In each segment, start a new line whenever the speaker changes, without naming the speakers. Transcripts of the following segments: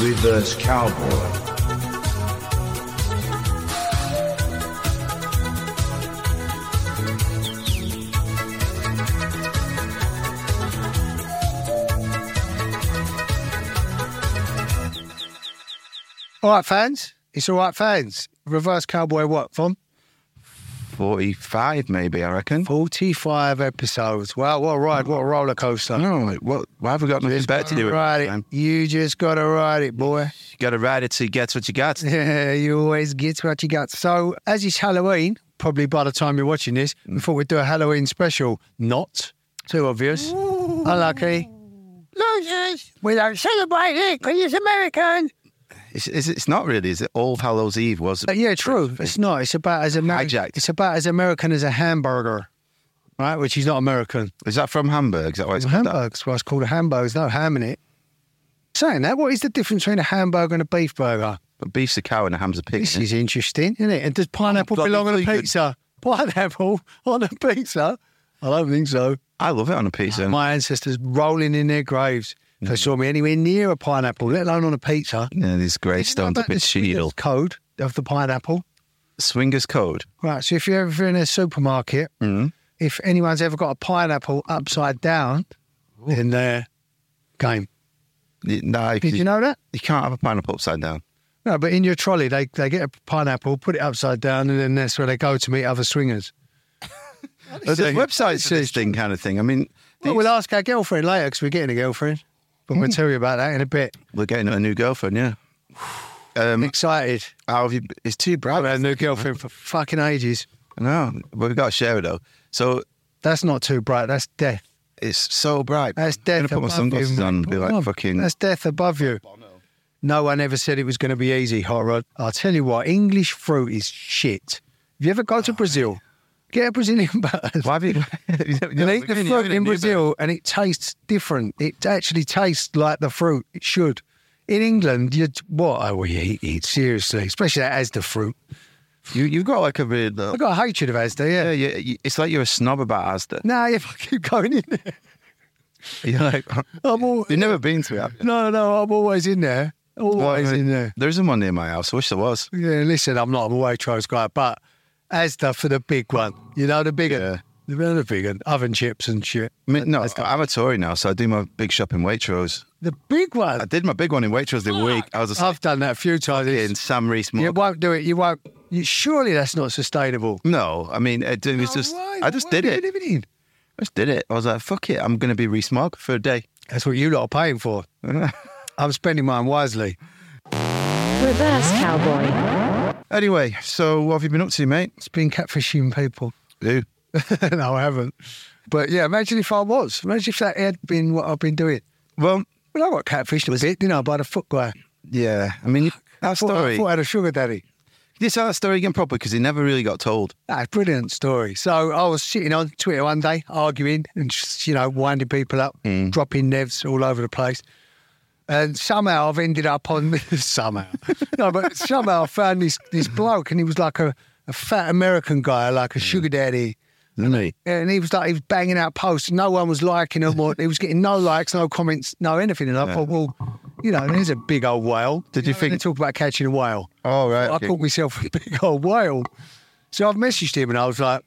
Reverse Cowboy.
All right, fans. It's all right, fans. Reverse Cowboy what, Von?
45, maybe, I reckon.
45 episodes. Wow, what a ride, what a roller coaster.
Oh, what, why have we got nothing better to do?
ride
time?
it. You just got to ride it, boy.
You got to ride it till you get what you got.
Yeah, you always get what you got. So, as it's Halloween, probably by the time you're watching this,
Mm.
we thought we'd do a Halloween special. Not too obvious. Unlucky. Losers. We don't celebrate it because it's American.
It's, it's, it's not really, is it? All Hallows Eve was.
But yeah, true. It's not. It's about as American.
Hijacked.
It's about as American as a hamburger, right? Which is not American.
Is that from Hamburg? Is that why it's
Well,
called that?
hamburgers. Well, it's called a hamburger. There's no ham in it. Saying that, what is the difference between a hamburger and a beef burger?
But beef's a cow and a ham's a pig.
This is interesting, isn't it? And does pineapple
Oh, bloody
belong on a
vegan.
pizza? Pineapple on a pizza? I don't think so.
I love it on a pizza.
My ancestors rolling in their graves if they
Mm.
saw me anywhere near a pineapple, let alone on a pizza.
yeah, these
What
Greystones
about
up
the
in
Swingers
Shield.
code of the pineapple.
Swingers Code.
Right, so if you're ever in a supermarket,
Mm.
if anyone's ever got a pineapple upside down, then they're game.
Y- Nah, you,
Did you know that?
you can't have a pineapple upside down.
No, but in your trolley, they, they get a pineapple, put it upside down, and then that's where they go to meet other swingers.
There's websites for this thing kind of thing. I mean,
Well, we'll ask our girlfriend later because we're getting a girlfriend, but we'll tell you about that in a bit.
we're getting a new girlfriend, yeah. Um,
Excited.
how have you? It's too bright.
I've had a new girlfriend for fucking ages.
No, but we've got to share it though. So
That's not too bright. That's death.
it's so bright.
That's
I'm
death.
gonna put my
above
sunglasses
you,
on and
mate.
be like
Come on.
fucking.
That's death above you. No one ever said it was going to be easy, Hot Rod. I'll tell you what, English fruit is shit. If you ever go to Brazil, get a Brazilian butter.
Why have you? you
You eat
know, we're
the
gonna- we're
fruit
gonna
in
do that.
Brazil and it tastes different. It actually tastes like the fruit. It should. In England, you what Oh, are we eating? Seriously, especially that Asda fruit.
You you've got like a weird. Uh,
I've got a hatred of Asda, yeah.
yeah, you, you, it's like you're a snob about Asda.
Nah, if I keep going in there,
You're like
I'm all,
you've never been to it. have you?
no, no, I'm always in there. Always
Well,
in there.
There isn't one near my house. I wish there was.
Yeah, listen, I'm not, I'm a Waitrose guy, but Asda for the big one. You know, the big
Yeah.
one. The really big one. Oven chips and shit.
I mean, no,
Asda.
I'm a Tory now, so I do my big shop in Waitrose.
The big
I
one.
did my big one in Waitrose the week. I was a
Ah, I've done that a few times.
in Sam Reese.
You won't do it. You won't. You, surely that's not sustainable.
No, I mean it, it was just. I just did it. I just did it. I was like, fuck it. I'm gonna be Reese Mogg for a day.
That's what you lot are paying for. I'm spending mine wisely.
Reverse cowboy.
Anyway, so what have you been up to, mate?
It's been catfishing people.
Dude,
no, I haven't. But yeah, imagine if I was. Imagine if that had been what I've been doing.
Well,
Well, I got catfished a bit, didn't I, by the foot guy.
yeah. I mean, that
Thought, I
story.
thought I had a sugar daddy.
Did you tell that story again properly? Because it never really got told.
That's a brilliant story. So I was sitting on Twitter one day, arguing and just, you know, winding people up,
Hmm.
dropping nevs all over the place. And somehow I've ended up on somehow. No, but somehow I found this this bloke and he was like a, a fat American guy, like
Hmm.
a sugar daddy.
Didn't he?
And he was like he was banging out posts. No one was liking him or he was getting no likes, no comments, no anything. And I thought, well, you know, there's a big old whale.
Did you
know, when
think-
they talk about catching a whale?
Oh, right.
I
okay.
caught myself a big old whale. So I've messaged him and I was like,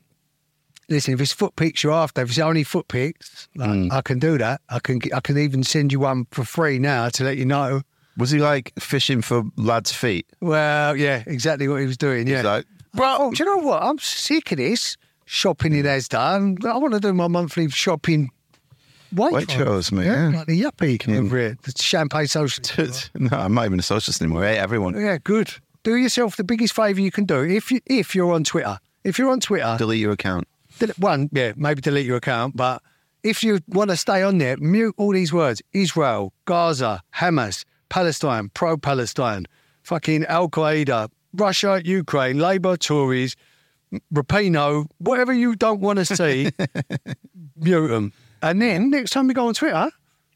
listen, if it's foot pics you're after, if it's only foot pics, like,
Mm.
I can do that. I can g- I can even send you one for free now to let you know.
Was he like fishing for lads' feet?
Well, yeah, exactly what he was doing. Yeah.
He's like,
Bro, oh, do you know what? I'm sick of this shopping in Asda. and I want to do my monthly shopping. Waitrose,
Waitrose, mate, yeah.
Like the yuppie over here, the champagne social.
no, I'm not even a socialist anymore. I hate everyone.
yeah, good. Do yourself the biggest favour you can do if you, if you're on Twitter. If you're on Twitter,
Delete your account.
del- one, yeah, maybe delete your account, but if you want to stay on there, mute all these words: Israel, Gaza, Hamas, Palestine, pro-Palestine, fucking Al Qaeda, Russia, Ukraine, Labour, Tories, Rapino, whatever you don't want to see, mute them. And then next time you go on Twitter,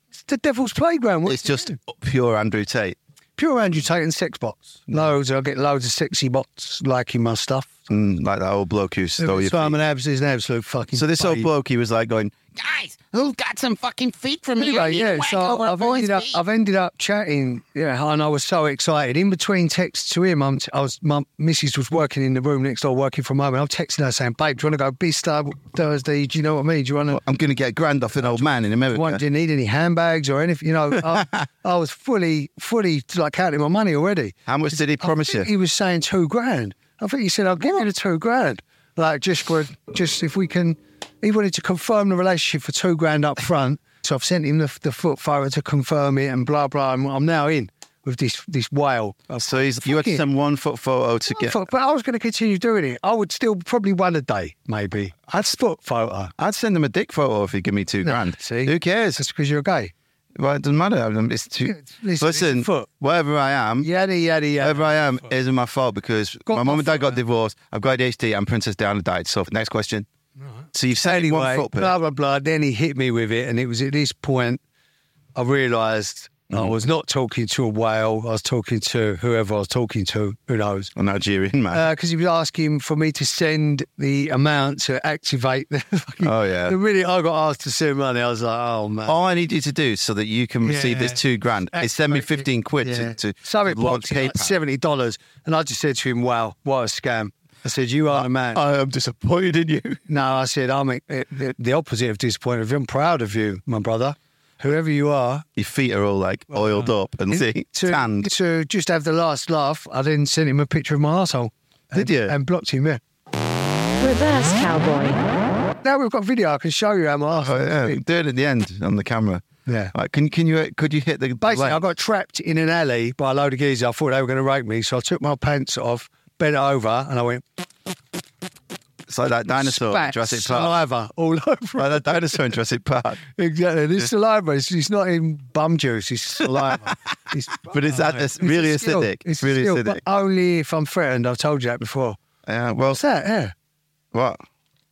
it's the devil's playground. What
It's
do you
just
do?
pure Andrew Tate.
pure Andrew Tate and sex bots. Loads. I get loads of sexy bots liking my stuff.
Mm, like that old bloke who stole your feet.
Simon Abs is an absolute fucking.
So this old
babe.
bloke, he was like going,
guys, who got some fucking feet for me? I
Anyway,
need
yeah,
whack
so
over a
I've
boy's
ended, up,
feet.
I've ended up chatting, yeah, and I was so excited. In between texts to him, I'm, I was, my missus was working in the room next door, working from home, and I'm texting her saying, babe, do you want to go Bista Thursday? Do you know what I mean? Do you want to...
I'm going to get grand off an old man in America.
Want, do you need any handbags or anything? You know, I, I was fully, fully like counting my money already.
How much did he
I
promise you?
think He was saying two grand. I think he said, "I'll give you the two grand, like just for just if we can." He wanted to confirm the relationship for two grand up front, so I've sent him the, the foot photo to confirm it, and blah blah. And I'm now in with this this whale.
So he's, you had to
it.
send one foot photo to get.
Fuck, But I was going to continue doing it. I would still probably one a day, maybe. I'd foot photo.
I'd send him a dick photo if he'd give me two
No,
grand.
see?
Who cares?
That's because you're gay.
Well, it doesn't matter. I'm- It's
Yeah,
too.
it's- it's-
Listen,
it's foot.
wherever I am,
Yaddy yaddy yaddy.
wherever I am isn't my fault because
Got
my mum
my
and dad got divorced. I've got ADHD and Princess Diana died. So next question. So you've sent him one
Anyway,
foot pic.
blah blah blah. Then he hit me with it, and it was at this point I realised
Mm.
I was not talking to a whale. I was talking to whoever I was talking to. Who knows?
A Nigerian man.
Because he was asking for me to send the amount to activate the. Fucking,
Oh, yeah.
The minute I got asked to send money, I was like, oh man.
All I need you to do so that you can receive this
Yeah.
two grand is send me 15 quid
Yeah.
to, to
so it
launch
blocked it, like
PayPal.
seventy dollars, and I just said to him, "Wow, what a scam!" I said, "You are a man."
I am disappointed in you.
No, I said, I'm eh, the, the opposite of disappointed. with you. I'm proud of you, my brother. Whoever you are,
Your feet are all like oiled up and see,
to,
tanned.
to just have the last laugh, I then sent him a picture of my asshole.
Did you?
And blocked him, yeah.
Reverse cowboy.
Now we've got video, I can show you how my
Oh,
arsehole.
yeah. Do it at the end on the camera.
Yeah.
Like, can can you could you hit the
Basically,
leg?
I got trapped in an alley by a load of geezers. I thought they were going to rape me, so I took my pants off, bent over, and I went,
It's like that dinosaur in
spat
Jurassic Park.
saliva all over.
Like that dinosaur in Jurassic Park.
Exactly. This saliva, it's, it's not in bum juice, it's saliva. it's,
But is that it's really
a skill.
acidic?
It's a
really
skill,
acidic.
But only if I'm threatened. I've told you that before.
Yeah. Well,
What's that? Yeah.
what?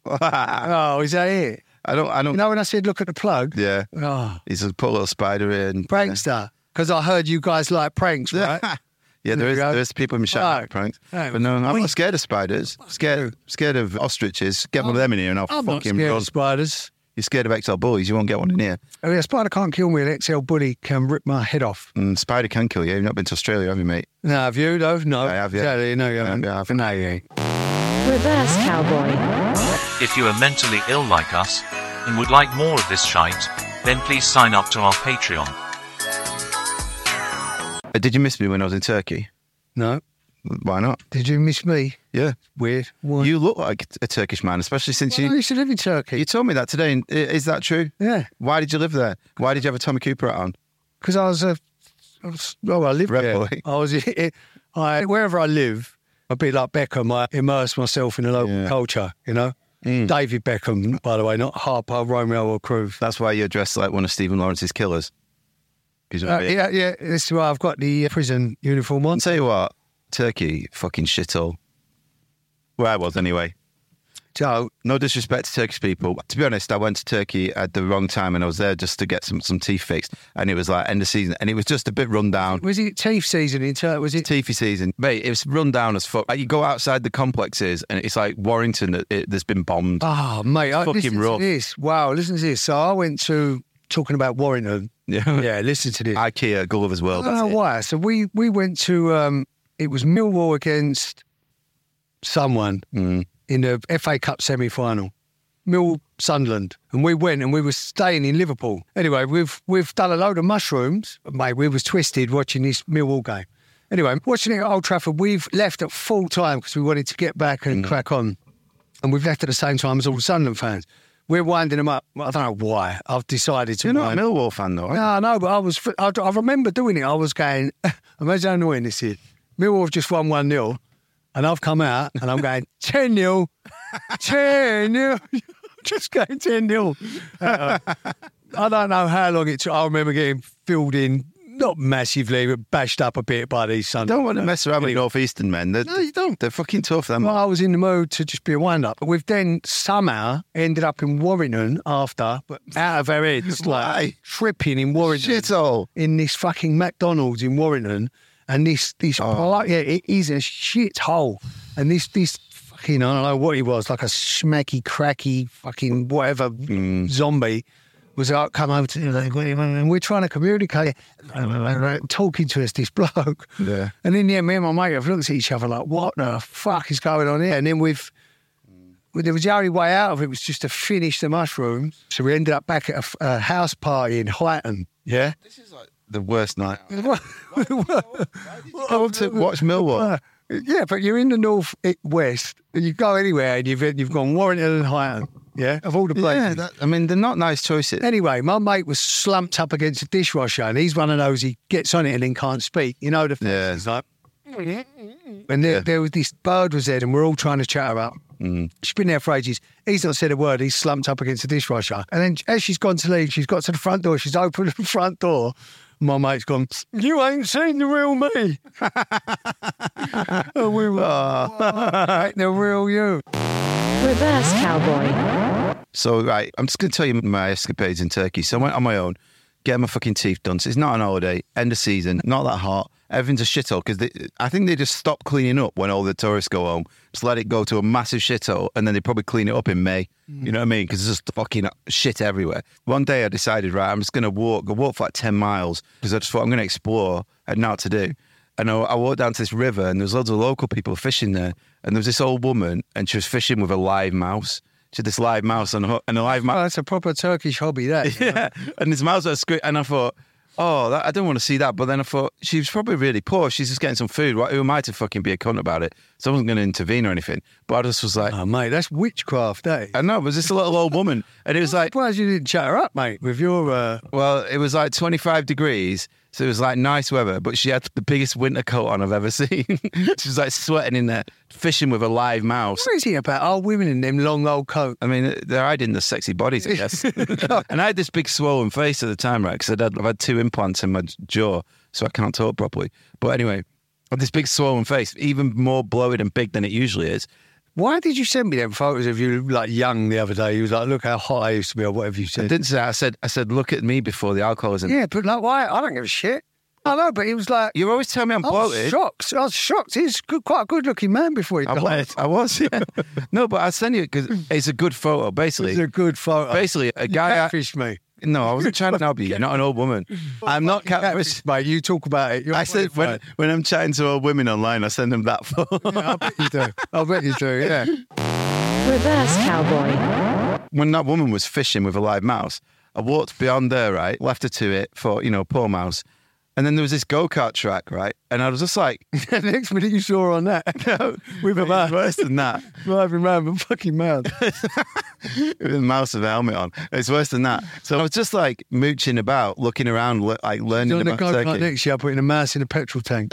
I
Oh, is that it?
don't. I
You
don't.
know when I said look at the plug?
Ah. Yeah.
Oh,
He's a poor little spider in.
prankster. Because I heard you guys like pranks, right?
Yeah, there
There
is
we go.
there's people in shouting
Oh.
pranks.
Oh.
But no, I'm
Wait.
not scared of spiders. Scared scared of ostriches. Get one of them in here and I'll
I'm not
fucking
scared
run.
of spiders.
You're scared of XL bullies, you won't get one in here.
I mean, a Oh, spider can't kill me. An XL bully can rip my head off.
And Mm, spider can kill you. You've not been to Australia, have you, mate?
No, have you? No, no.
I have, yeah.
Sadly, no, you
Yeah,
haven't.
yeah, I have.
no, you ain't.
Reverse cowboy.
If you are mentally ill like us and would like more of this shite, then please sign up to our Patreon.
Uh, Did you miss me when I was in Turkey?
No.
Why not?
Did you miss me?
Yeah.
Weird. Why?
You look like a Turkish man, especially since
Well, I
you
used to live in Turkey.
you told me that today. and i- Is that true?
Yeah.
Why did you live there? Why did you have a Tommy Cooper hat on?
because I was a, I was, well, I lived
Red
there.
boy.
I was, I wherever I live, a bit like Beckham, I immerse myself in the local
Yeah. Mm.
culture. You know, David Beckham, by the way, not Harper, Romeo, or Cruz.
That's why you're dressed like one of Stephen Lawrence's killers. 'Cause you're
Uh,
a bit-
yeah, yeah, this is why I've got the uh, prison uniform on.
I'll tell you what. Turkey, fucking shithole. Where I was anyway. So, no disrespect to Turkish people. To be honest, I went to Turkey at the wrong time and I was there just to get some, some teeth fixed. And it was like end of season and it was just a bit run down.
Was it teeth season in Turkey? Was it?
Teethy season. Mate, it was run down as fuck. Like, you go outside the complexes and it's like Warrington that it, that's been bombed.
Oh, mate. I,
Fucking
listen
rough.
to this. Wow, listen to this. So I went to, talking about Warrington.
Yeah.
Yeah, listen to this.
IKEA, Gulliver's World.
I don't
that's
know
it.
why. So we we went to um, it was Millwall against someone
Mm.
in the FA Cup semi final. Mill Sunderland, and we went and we were staying in Liverpool. Anyway, we've we've done a load of mushrooms, mate. We was twisted watching this Millwall game. Anyway, watching it at Old Trafford, we've left at full time because we wanted to get back
Mm.
and crack on and we've left at the same time as all the Sunderland fans. We're winding them up. I don't know why. I've decided to.
You're not a
wind-
Millwall fan, though. are you?
No, I know, but I was. I, I remember doing it. I was going. Imagine how annoying this is. Millwall have just won one 0 and I've come out and I'm going ten 0 ten 0 just going ten 0 I don't know how long it took. I remember getting filled in, not massively, but bashed up a bit by these Sunderland.
Don't want to mess around with northeastern men. They're,
No, you don't.
They're fucking tough. Them.
Well, I was in the mood to just be a wind up. We've then somehow ended up in Warrington after, but out of our heads,
Why?
like tripping in Warrington.
Shithole.
In this fucking McDonald's in Warrington. And this, this,
Oh.
poli- yeah, it is a shithole. And this, this fucking, I don't know what he was, like a smacky, cracky, fucking whatever
Mm.
zombie was like, come over to, like, "What do you want?" and we're trying to communicate, uh, talking to us, this bloke.
Yeah.
And in the end, me and my mate have looked at each other like, what the fuck is going on here? And then we've, well, there was the only way out of it was just to finish the mushrooms. So we ended up back at a f- a, house party in Highton.
Yeah. This is like the worst night. I
want
want to watch Millwall.
Uh, yeah, but you're in the north i- west, and you go anywhere, and you've you've gone Warrington and Highton. Yeah, of all the places.
Yeah, that, I mean they're not nice choices.
Anyway, my mate was slumped up against a dishwasher, and he's one of those he gets on it and then can't speak. You know the thing.
Yeah.
He's like, and there, there was this bird was there, and we're all trying to chat her up. She's been there for ages. He's not said a word. He's slumped up against the dishwasher, and then as she's gone to leave, she's got to the front door. She's opened the front door. My mate's gone. You ain't seen the real me. and we were "What? the real you.
Reverse cowboy.
So right, I'm just gonna tell you my escapades in Turkey. So I went on my own, get my fucking teeth done. So it's not an holiday, end of season, not that hot. Everything's a shithole because I think they just stop cleaning up when all the tourists go home. Just let it go to a massive shithole, and then they probably clean it up in May. You know what I mean? Because there's just fucking shit everywhere. One day I decided, right, I'm just gonna walk. I walked for like ten miles because I just thought I'm gonna explore. I had not to do. And I, I walked down to this river, and there was loads of local people fishing there. And there was this old woman, and she was fishing with a live mouse. She had this live mouse on a hook, and a live mouse.
Oh, that's a proper Turkish hobby. That
Yeah. And his mouth was squid. And I thought, oh, that, I don't want to see that. But then I thought, she was probably really poor. She's just getting some food. Why- Who am I to fucking be a cunt about it? So I wasn't going to intervene or anything. But I just was like,
oh, mate, that's witchcraft. That is.
I know, it was just a little old woman. And it was like,
Surprised you didn't chat her up, mate, with your. Uh...
well, it was like 25 degrees. So it was like nice weather, but she had the biggest winter coat on I've ever seen. she was like sweating in there, fishing with a live mouse.
What is it about old women in them long old coats?
I mean, they're hiding the sexy bodies, I guess. and I had this big swollen face at the time, right? Because I'd had, I've had two implants in my jaw, so I can't talk properly. But anyway, I had this big swollen face, even more bloated and big than it usually is.
Why did you send me them photos of you like young the other day? You was like, look how hot I used to be, or whatever you
I
said.
didn't say that. I said, I said, look at me before the alcohol is in.
Yeah, but like, why? I don't give a shit. I know, but he was like,
You always tell me I'm
I was
bloated.
shocked. I was shocked. He's good, quite a good looking man before he
I
died.
was. I was yeah. no, but I send you because it's a good photo, basically.
It's a good photo.
Basically,
You
a guy.
catfished me.
no, I wasn't trying to help you. You're not an old woman. I'm not catfish.
Catfished, mate. You talk about it. You're
I said when,
qualified.
when I'm chatting to old women online, I send them that photo.
I bet you do. I bet you do. Yeah.
Reverse cowboy.
when that woman was fishing with a live mouse, I walked beyond there, right? Left her to it for, you know, poor mouse. And then there was this go kart track, right? And I was just like,
the next minute you saw her on that, with a
it's
man
worse than that.
driving round with a fucking man.
with a mouse with a helmet on. It's worse than that. So I was just like mooching about, looking around, le- like learning
Doing a
about
go kart
Turkey.
next year, putting a mouse in a petrol tank.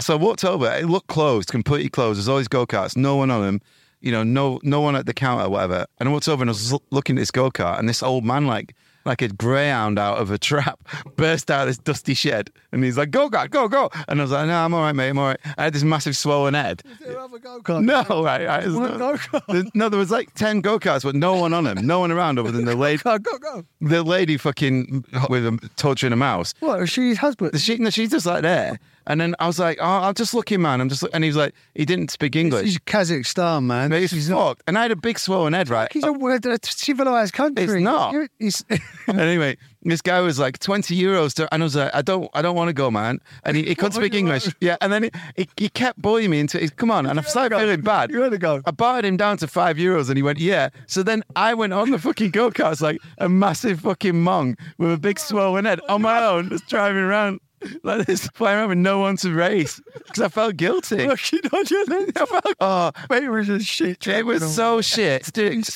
So I walked over. It looked closed, completely closed. There's always go karts, no one on them. You know, no no one at the counter, whatever. And I walked over and I was l- looking at this go kart, and this old man like like a greyhound out of a trap, burst out of this dusty shed, and he's like, "Go, God, go, go!" And I was like, "No, I'm all right, mate. I'm all right." I had this massive swollen head. No, right, right. There's
One
no,
go-kart.
there- no, there was like ten go karts, but no one on them, no one around other than the lady,
Go, go, go.
the lady fucking with a torturing a mouse.
What? Is she his husband?
She, no, she's just like there. And then I was like, oh, I'll just look him, man. I'm just, look-" and he was like, he didn't speak English.
He's Kazakhstan, man.
Mate, he's fucked. And I had a big swollen head, right?
He's a, we're a civilized country.
It's not.
You're- he's-
And anyway, this guy was like twenty euros, to, and I was like, I don't, I don't want to go, man. And he, he couldn't speak English. Yeah, and then he, he, he kept bullying me into, come on, and I started feeling bad.
You had to go.
I bartered him down to five euros, and he went, yeah. So then I went on the fucking go karts like a massive fucking mong with a big swollen head on my own, just driving around. Like this, playing around with no one to race because I felt guilty.
Looking on your lens.
I felt, oh,
Mate, it was just shit.
it was so shit. Dude,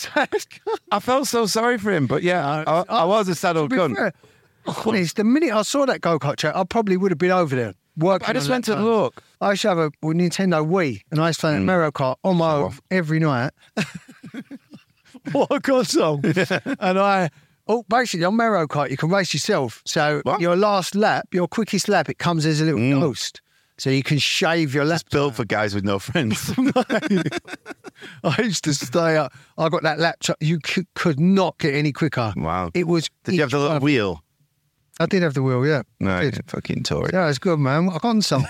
I felt so sorry for him, but yeah, I, I, I was a saddled
Be
gun.
fair. Honest, the minute I saw that go kart track, I probably would have been over there. Working
I just
on
went
that
to
time.
look. Hmm.
I used to have a Nintendo Wii, and I used to play Mario Kart on my own every night. what a console! And I, oh, basically on Mario Kart you can race yourself. So
What? Hmm.
your last lap, your quickest lap, it comes as a little ghost, so you can shave your lap.
Built for guys with no friends.
I used to stay up. I got that laptop. You could, could not get any quicker.
Wow.
It was.
Oh. Did you have the little wheel?
I did have the wheel. Yeah. I
No,
did.
fucking Tory.
Yeah, it's good, man. I got some.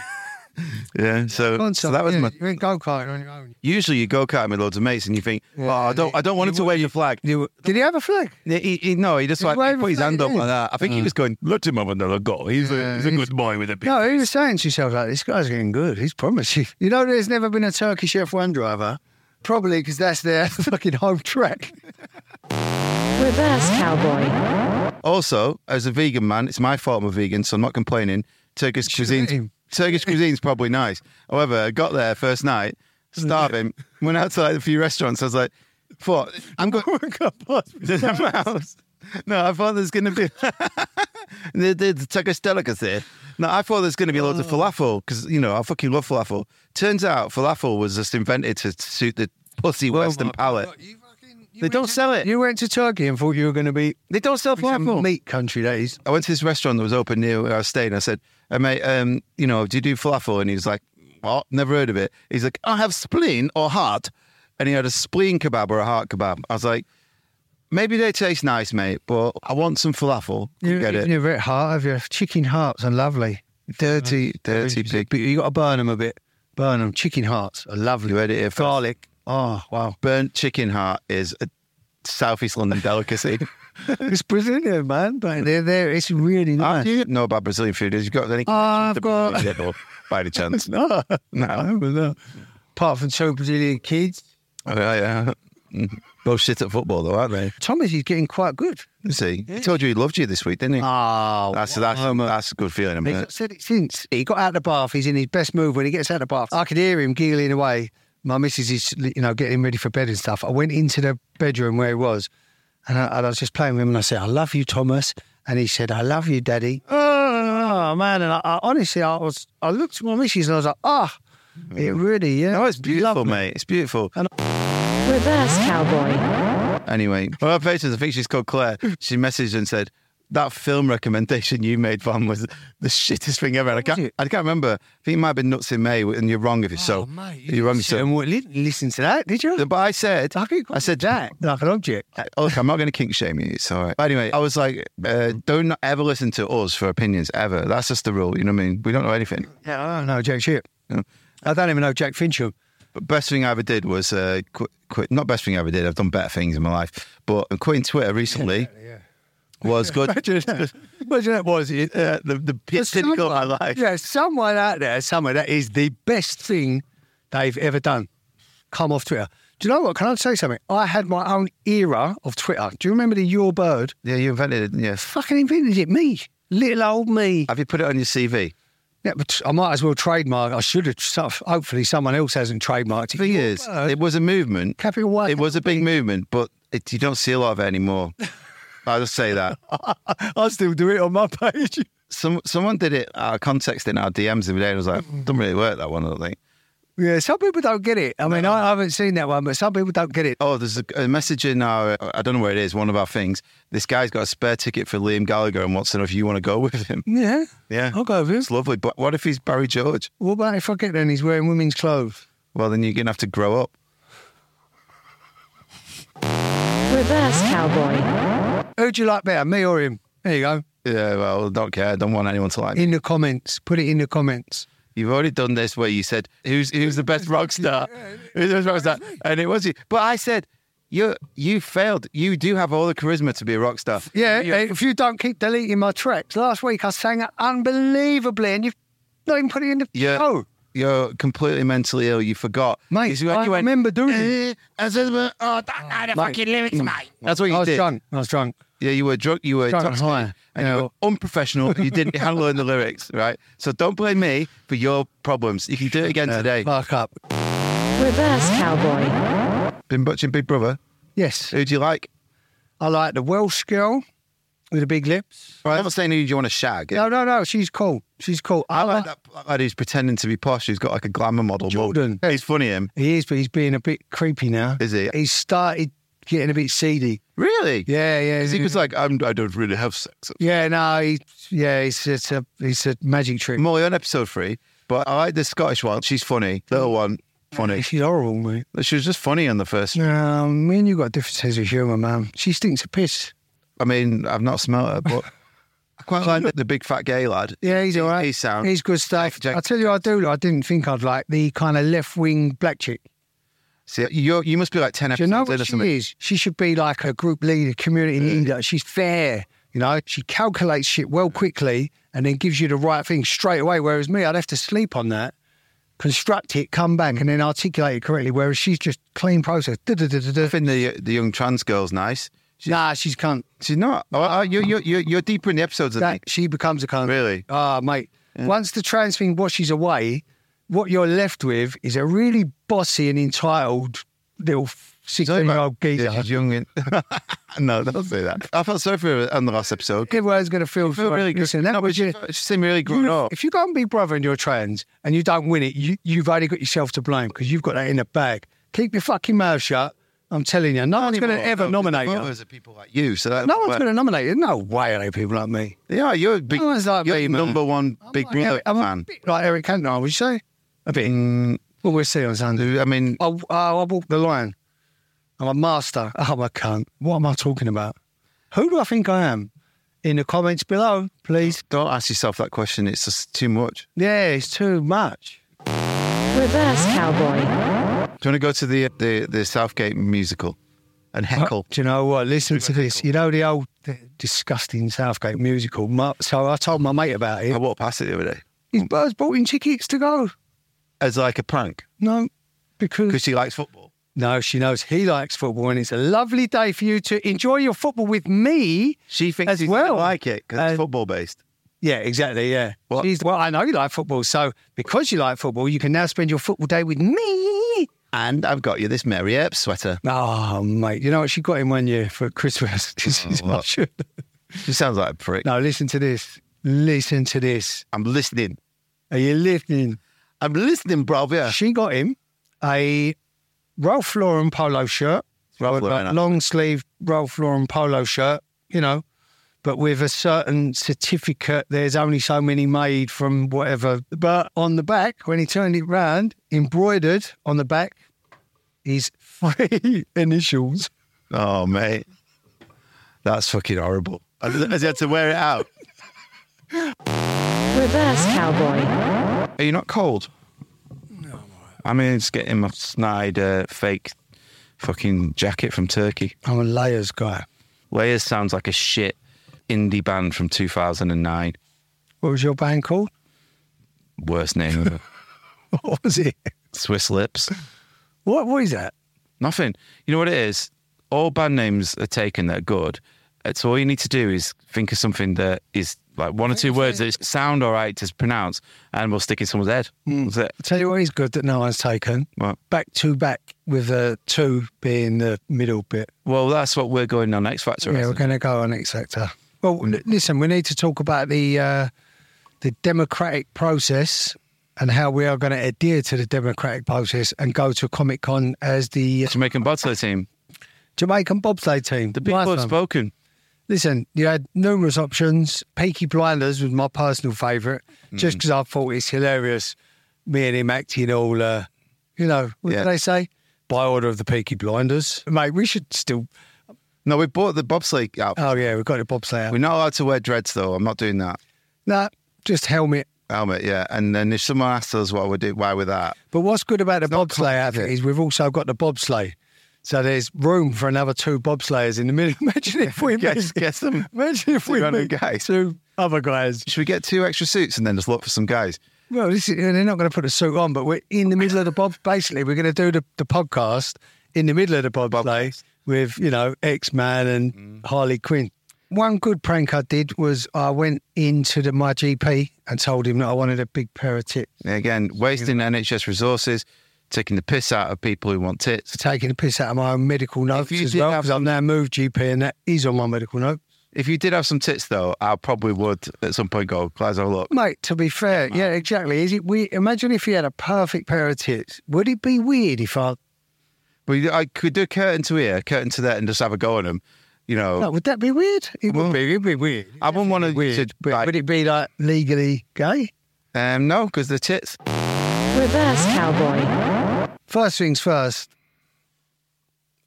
Yeah. So,
Got
so
some.
that was
yeah,
my.
You ain't go karting on your own.
Usually you go karting with loads of mates and you think, oh, I don't, I don't want him to wave your flag.
You- Did he have a flag?
He- he- he- no, he just
Did
like
he wave
he put
his
his
flag
hand up
at
like
him?
that. I think he was going, let him have another go. He's a, he's a good boy with a big.
No, he was saying to himself, like, this guy's getting good. He's promising. You know, there's never been a Turkish F1 driver, probably because that's their fucking home track.
Reverse cowboy.
Also, as a vegan man, it's my fault I'm a vegan, so I'm not complaining. Turkish
Should've
cuisine,
eaten.
Turkish cuisine's probably nice. However, I got there first night, starving. went out to like a few restaurants. I was like, "Thought I'm going." There's a mouse. No, I thought there's going to be the, the, the Turkish delicacy. No, I thought there's going to be loads of falafel because you know I fucking love falafel. Turns out falafel was just invented to suit the pussy Western palate. They don't sell it.
You went to Turkey and thought you were going to be
They don't sell falafel.
meat country, that is.
I went to this restaurant that was open near where I was staying. I said, hey, mate, um, you know, do you do falafel? And he was like, what? Never heard of it. He's like, I have spleen or heart. And he had a spleen kebab or a heart kebab. I was like, maybe they taste nice, mate, but I want some falafel.
You,
You, get
you've
it.
never had heart, have you? Chicken hearts are lovely.
dirty, dirty pig.
But you got to burn them a bit. Burn them. Chicken hearts are lovely.
You heard it here first.
Garlic. Oh, wow.
Burnt chicken heart is a Southeast London delicacy.
It's Brazilian, man. But they're there. It's really
Ah,
nice.
Do you know about Brazilian food? Have you got any?
I've
to
got-
Brazilian or by any chance?
No, no, I haven't, no. Apart from two Brazilian kids,
Oh, yeah, Mm-hmm. yeah. Both shit at football, though, aren't they?
Thomas is getting quite good.
See, he told you he loved you this week, didn't he? Ah,
Oh,
that's that's that's a good feeling.
he's
Isn't
not
it?
said it since he got out of the bath. He's in his best mood when he gets out of the bath. I could hear him giggling away. My missus is, you know, getting him ready for bed and stuff. I went into the bedroom where he was, and I, and I was just playing with him. And I said, "I love you, Thomas," and he said, "I love you, Daddy." Oh man! And I, I honestly, I was, I looked at my missus and I was like, "Ah, it really, yeah."
Mm. No, it's beautiful, mate. It's beautiful.
Reverse cowboy.
Anyway, one of our patrons, I think she's called Claire. She messaged and said that film recommendation you made, Van, was the shittest thing ever. And I can't,
it?
I can't remember. I think it might have been Nuts in May, and you're wrong if it's so. you're wrong. if it's So,
And Ah, what, didn't listen to that, did you?
but I said,
How can you
I said that.
Like an object.
Oh, Look, I'm not going to kink shame you. It's all right. But anyway, I was like, uh, don't ever listen to us for opinions ever. That's just the rule. You know what I mean? We don't know anything.
Yeah, I don't know Jack shit. I don't even know Jack Fincham.
But best thing I ever did was uh, quit, quit. Not best thing I ever did. I've done better things in my life. But quitting Twitter recently was good.
Imagine that. Imagine that was it.
Uh, the the pit didn't go my life.
Yeah, someone out there somewhere that is the best thing they've ever done. Come off Twitter. Do you know what? Can I say something? I had my own era of Twitter. Do you remember the Your Bird?
Yeah, you invented it. didn't you?
Fucking invented it, me. Little old me.
Have you put it on your CV?
Yeah, but I might as well trademark. I should have. so- Hopefully, someone else hasn't trademarked
The
it. uh,
thing is, it was a movement.
Capital Y.
It was a big movement, but it, you don't see a lot of it anymore. I'll just say that.
I still do it on my page.
"Mm, Some someone did it. Our context in our DMs the other day and was like, "Doesn't really work that one." I don't think.
Yeah, some people don't get it. I mean, I I haven't seen that one, but some people don't get it.
Oh, there's a, a message in our, I don't know where it is, one of our things. This guy's got a spare ticket for Liam Gallagher and wants to know if you want to go with him.
Yeah,
Yeah.
I'll go with him.
It's lovely. But what if he's Barry George?
What about if I get there and he's wearing women's clothes?
Well, then you're going to have to grow up.
Reverse cowboy.
Who do you like better, me or him? There you go.
Yeah, well, don't care. Don't want anyone to like me.
In the comments, put it in the comments.
You've already done this where you said, who's, who's the best rock star? Who's the best rock star? And it was you. But I said, you you failed. You do have all the charisma to be a rock star.
Yeah,
You-
if you don't keep deleting my tracks, last week I sang unbelievably, and you've not even put it in the
You're,
show.
you're completely mentally ill. You forgot.
Oh. Mate,
Is when
I remember doing
"Eh,
it. Mm.
Uh, I said, well, oh, don't know the fucking lyrics, mate.
That's what you
I was
did.
drunk. I was drunk.
Yeah, you were drunk. You were
Drunk
intoxicated,
high.
and
Yeah.
you were unprofessional. you didn't you hadn't learned the lyrics, right? So don't blame me for your problems. You can do it again today.
Mark up.
Reverse cowboy.
Been watching Big Brother.
Yes,
Who do you like?
I like the Welsh girl with the big lips.
I'm not saying who do you want to shag.
No, no, no. She's cool. She's cool.
I like that lad who's pretending to be posh. Who's got like a glamour model. mug.
Jordan.
Yeah, he's funny. Him
He is, but he's being a bit creepy now.
is he?
He's started getting a bit seedy.
Really?
Yeah, yeah.
'Cause He was like, I'm, I don't really have sex.
yeah, no, he, yeah. It's, it's a it's a magic trick.
Molly on episode three, but I like the Scottish one. She's funny. Little one, funny.
She's horrible, mate.
She was just funny on the first.
No, me and you got a different sense of humour, man. She stinks of piss.
I mean, I've not smelt her, but I quite like the big fat gay lad.
Yeah, he's
He-
all right.
He's sound.
He's good stuff.
Jack-
I tell you, I do. like- I didn't think I'd like the kind of left wing black chick.
See, you you must be like ten
Do you
episodes
know
in
what
or
she
something.
is? She should be like a group leader, community leader. She's fair. You know, she calculates shit well quickly and then gives you the right thing straight away. Whereas me, I'd have to sleep on that, construct it, come back, and then articulate it correctly. Whereas she's just clean process.
I
Du-du-du-du-du.
think the the young trans girl's nice.
Nah, she's cunt.
She's not. Oh, oh, you you you you're deeper in the episodes. than me.
That, she becomes a cunt.
Really?
Ah, mate. Once the trans thing washes away, what you're left with is a really bossy and entitled little sixteen-year-old
Yeah,
geezer.
she's young. And... no, don't say that. I felt sorry for her on the last episode.
Everyone's going to feel,
I felt really good.
Listen, that
no, but
was
she,
your,
she seemed really grown
You-
up.
If you go and be brother and you're trans and you don't win it, you, you've only got yourself to blame because you've got that in the bag. Keep your fucking mouth shut. I'm telling you, no one's going to ever nominate you.
Voters are people like you, so that
No one's going to nominate you. No way are they people like me.
Yeah, you're a big.
No one's like
you're
me, man.
number one big
like
brother
Eric- Oh, I'm a
fan.
bit like Eric Cantona, would you say? A bit. Well, we'll see on Sunday.
I mean,
I, oh, I walked the line. I'm a master. I'm a cunt. What am I talking about? Who do I think I am? In the comments below, please.
don't ask yourself that question. It's just too much.
Yeah, it's too much.
Reverse cowboy.
Do you want to go to the the, the Southgate musical and heckle?
Do you know what? Listen to this. You know the old uh, disgusting Southgate musical. My, so I told my mate about
I
it.
walked past it the other day
His brother's bought him tickets to go.
as like a prank
No,
because
because
she likes football.
no, she knows he likes football, and it's a lovely day for you to enjoy your football with me.
She thinks
As
he's gonna
well.
like it because
Uh,
it's football based.
Yeah, exactly. Yeah.
What?
She's, well, I know you like football, so because you like football, you can now spend your football day with me.
And I've got you this Mary Earps sweater.
Oh, mate, you know what? She got him one year for Christmas. This is
what?
optional.
Oh, She sounds like a prick.
No, listen to this. Listen to this.
I'm listening.
Are you listening?
I'm listening, brother.
She got him a Ralph Lauren polo shirt,
Ralph
Like, like,
Lauren.
long sleeve Ralph Lauren polo shirt, you know, but with a certain certificate. There's only so many made from whatever. But on the back, when he turned it round, embroidered on the back, is three initials.
Oh, mate. That's fucking horrible. Has he had to wear it out?
Reverse cowboy.
Are you not cold? I mean, it's getting my snide uh, fake fucking jacket from Turkey.
I'm a layers guy.
Layers sounds like a shit indie band from 2009.
What was your band called?
Worst name ever.
What was it?
Swiss Lips.
What was that?
Nothing. You know what it is? All band names are taken that are good. Uh, So all you need to do is think of something that is like one or two words that sound all right to pronounce, and we'll stick in someone's head. That's it.
I'll tell you what is good that no one's taken.
What?
Back to back with uh, two being the middle bit.
Well, that's what we're going on next factor.
Yeah, we're going to go on X Factor. Well, l- listen, we need to talk about the uh, the democratic process and how we are going to adhere to the democratic process and go to Comic Con as the uh,
Jamaican bobsleigh team.
Jamaican bobsleigh team.
The people
Nice
have
one.
spoken.
Listen, you had numerous options. Peaky Blinders was my personal favourite,
Mm.
just because I thought it's hilarious. Me and him acting all, uh, you know, what
Yeah.
did they say? By order of the Peaky Blinders. Mate, we should still.
No, we bought the bobsleigh out.
Oh, yeah, we've got a bobsleigh.
We're
out.
not allowed to wear dreads though. I'm not doing that
Nah, just helmet.
helmet. Yeah, and then if someone asks us what we do, why we're that,
But what's good about the
not
bobsleigh outfit is we've also got the bobsleigh. So there's room for another two bobsleighers in the middle. Imagine if we made,
Guess- guess them
Imagine if
two
we
random
made
guys.
two other guys.
should we get two extra suits and then just look for some guys?
Well, this is, they're not going to put a suit on, but we're in the middle of the bob. Basically, we're going to do the, the podcast in the middle of the bob play with you know X Man and
Mm.
Harley Quinn. One good prank I did was I went into the my GP and told him that I wanted a big pair of tits,
Again, wasting NHS resources, taking the piss out of people who want tits.
taking the piss out of my own medical notes
you
as
did
well
have
because I've now moved GP and that is on my medical note.
If you did have some tits though, I probably would at some point go, let's have a look.
Mate, to be fair, yeah, exactly. Is it weird? Imagine if you had a perfect pair of tits. Would it be weird if I?
But I could do curtain to ear, curtain to that, and just have a go at them. You know,
No, would that be weird? It
Well,
would be. It'd be weird.
I wouldn't want to.
Weird, but
like,
would it be like legally gay?
um, no, because the tits.
Reverse cowboy.
First things first,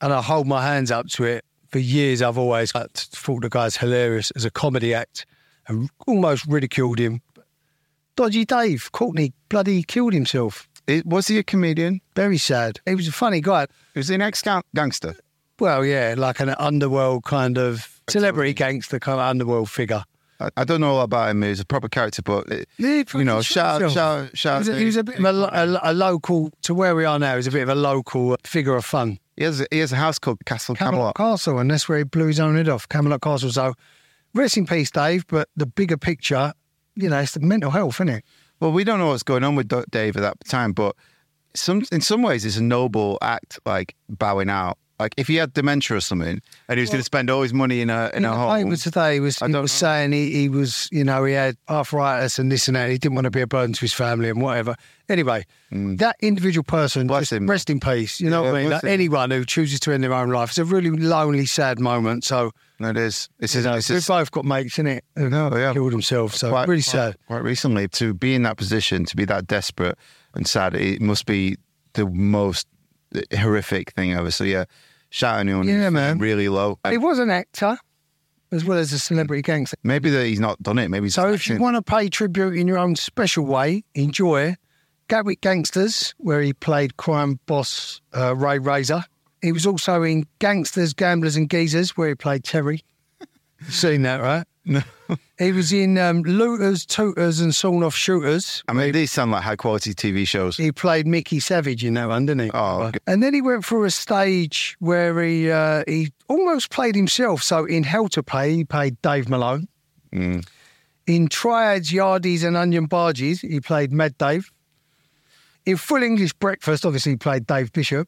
and I hold my hands up to it. For years, I've always uh, thought the guy's hilarious as a comedy act, and almost ridiculed him. Dodgy Dave Courtney bloody killed himself.
It, was he a comedian?
Very sad. He was a funny guy.
Was he an ex gangster?
Well, yeah, like an underworld kind of celebrity gangster kind of underworld figure.
I, I don't know all about him. He was a proper character, but it, you know, shout, out, shout, out-
He was
shout.
a,
out
he
to-
was a bit of a, lo- a lo- a local to where we are now. He's a bit of a local figure of fun.
He has, a, he has a house called Castle
Camelot
Camelot.
Castle, and that's where he blew his own head off. Camelot Castle. So, rest in peace, Dave. But the bigger picture, you know, it's the mental health, isn't it?
Well, we don't know what's going on with Do- Dave at that time, but some in some ways, it's a noble act, like bowing out. Like if he had dementia or something, and he was going to spend all his money in a in a
I
home.
was today. He was,
I
he
don't
was
know.
saying he, he was, you know, he had arthritis and this and that. He didn't want to be a burden to his family and whatever. Anyway, that individual person,
Mm. Bless
just
him.
rest in peace. You know
Yeah,
what I mean?
bless
Like
him.
anyone who chooses to end their own life, it's a really lonely, sad moment. So,
No, it is. It's his.
you know,
it's
we've
his
both got mates, in it?
No, yeah.
Killed themselves. So,
quite,
really
quite-
sad.
Quite recently, to be in that position, to be that desperate and sad, it must be the most horrific thing ever. So yeah, shout out anyone. who's
Yeah, man.
Really low.
He was an actor as well as a celebrity gangster.
Maybe that he's not done it. Maybe he's
So if
actually-
you want to pay tribute in your own special way, enjoy Gatwick Gangsters, where he played crime boss uh, Ray Razor. He was also in Gangsters, Gamblers and Geezers, where he played Terry. You've seen that, right? No. He was in um, Looters, Tooters and Sawn Off Shooters.
I mean, these sound like high quality TV shows.
He played Mickey Savage in that one, didn't he?
Oh, okay.
And then he went through a stage where he uh, he almost played himself. So in Hell to Pay, he played Dave Malone.
Mm.
In Triads, Yardies, and Onion Barges, he played Mad Dave. In Full English Breakfast, obviously, he played Dave Bishop.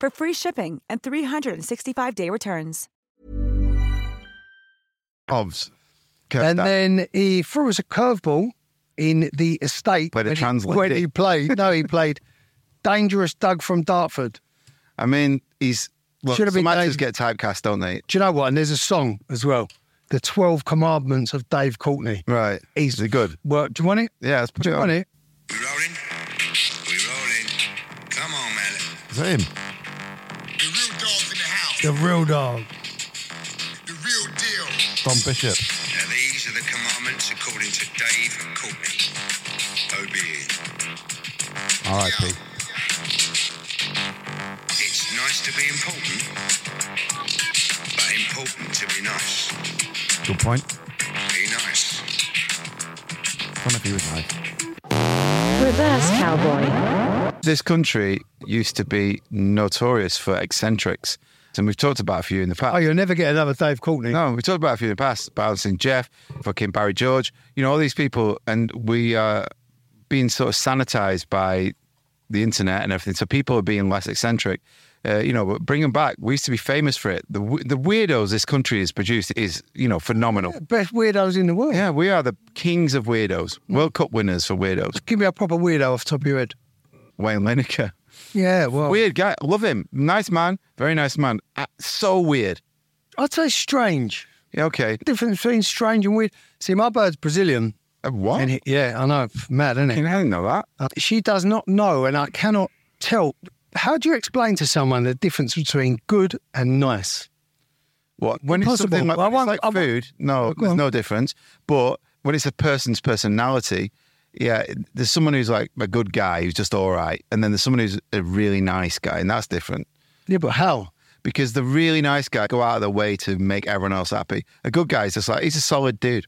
for free shipping and 365-day returns.
Obs.
and then he threw us a curveball in the estate.
Played a
when he-
translator.
When he played, no, he played Dangerous Doug from Dartford.
I mean, he's. Look,
Should've
some
been
actors
Dave-
get typecast, don't they?
Do you know what? And there's a song as well, "The Twelve Commandments of Dave Courtney."
Right.
He's
Is it good?
Well, do you want it?
Yeah, let's put
Do
it
you want
on.
it?
that him? The real dog. Tom Bishop.
Now these are the commandments according to Dave Courtney. Oh, Obey it.
R.I.P.
It's nice to be important, but important to be nice.
Good point.
Be nice.
Fun if he was nice.
Reverse Cowboy.
This country used to be notorious for eccentrics. And we've talked about a few in the past.
Oh, you'll never get another Dave Courtney.
No, we talked about a few in the past. Bouncing Jeff, fucking Barry George, you know, all these people. And we are being sort of sanitized by the internet and everything. So people are being less eccentric. Uh, you know, but bring them back. We used to be famous for it. The, w- the weirdos this country has produced is, you know, phenomenal.
Best weirdos in the world.
Yeah, we are the kings of weirdos. World Cup winners for weirdos.
Give me a proper weirdo off the top of your head.
Wayne Lineker.
Yeah, well,
Weird guy. Love him. Nice man. Very nice man. Ah, So weird.
I'd say strange.
Yeah, okay.
Difference between strange and weird. See, my bird's Brazilian.
Uh, what?
And he, yeah, I know. Mad, isn't
I
it?
didn't know that.
Uh, She does not know, and I cannot tell. How do you explain to someone the difference between good and nice?
What? When
Impossible.
it's something like,
I
it's
want-
like
I want- Oh,
food, no,
Go
there's
on.
no difference. But when it's a person's personality, yeah, there's someone who's like a good guy who's just all right, and then there's someone who's a really nice guy, and that's different.
Yeah, but how?
Because the really nice guy go out of their way to make everyone else happy. A good guy is just like he's a solid dude.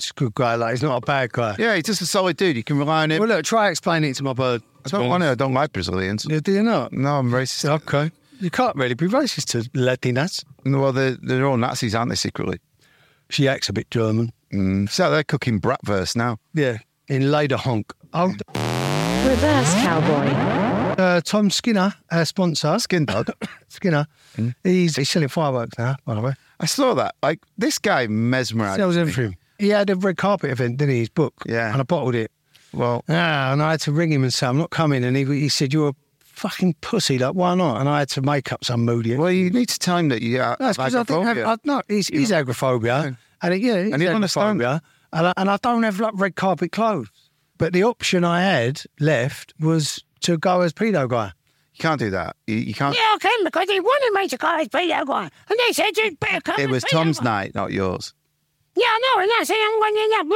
It's a good guy, like he's not a bad guy.
Yeah, he's just a solid dude. You can rely on him.
Well, look, try explaining it to my bird.
I don't want to. I don't like Brazilians.
Yeah, do you not?
No, I'm racist.
Okay. You can't really be racist to Latinas.
Well, they're, they're all Nazis, aren't they? Secretly.
She acts a bit German.
Mm. So they're cooking bratwurst now.
Yeah. In Lederhonk. Oh,
Reverse Cowboy.
uh, Tom Skinner, our sponsor.
Skin dog. Mm.
Skinner. He's, he's selling fireworks now, by the way.
I saw that. Like this guy mesmerized.
Sells
me.
everything. He had a red carpet event, didn't he? His book.
Yeah.
And I bottled it.
Well,
Ah, and I had to ring him and say, I'm not coming. And he, he said, You're a fucking pussy. Like, why not? And I had to make up some mood.
well, you need to time that you are.
No, it's 'cause I think
agoraphobia.
I, I, no, he's, he's agoraphobia, and it, yeah, he's
And you don't understand.
agoraphobia, and I, and I don't have like red carpet clothes. But the option I had left was to go as pedo guy.
you can't do that. You, you can't.
Yeah, I came because they wanted me to go as Peter Guy. And they said you'd better come
It
as
was
Peter
Tom's
Guy.
night, not yours.
Yeah, I know, and I said I'm going to end up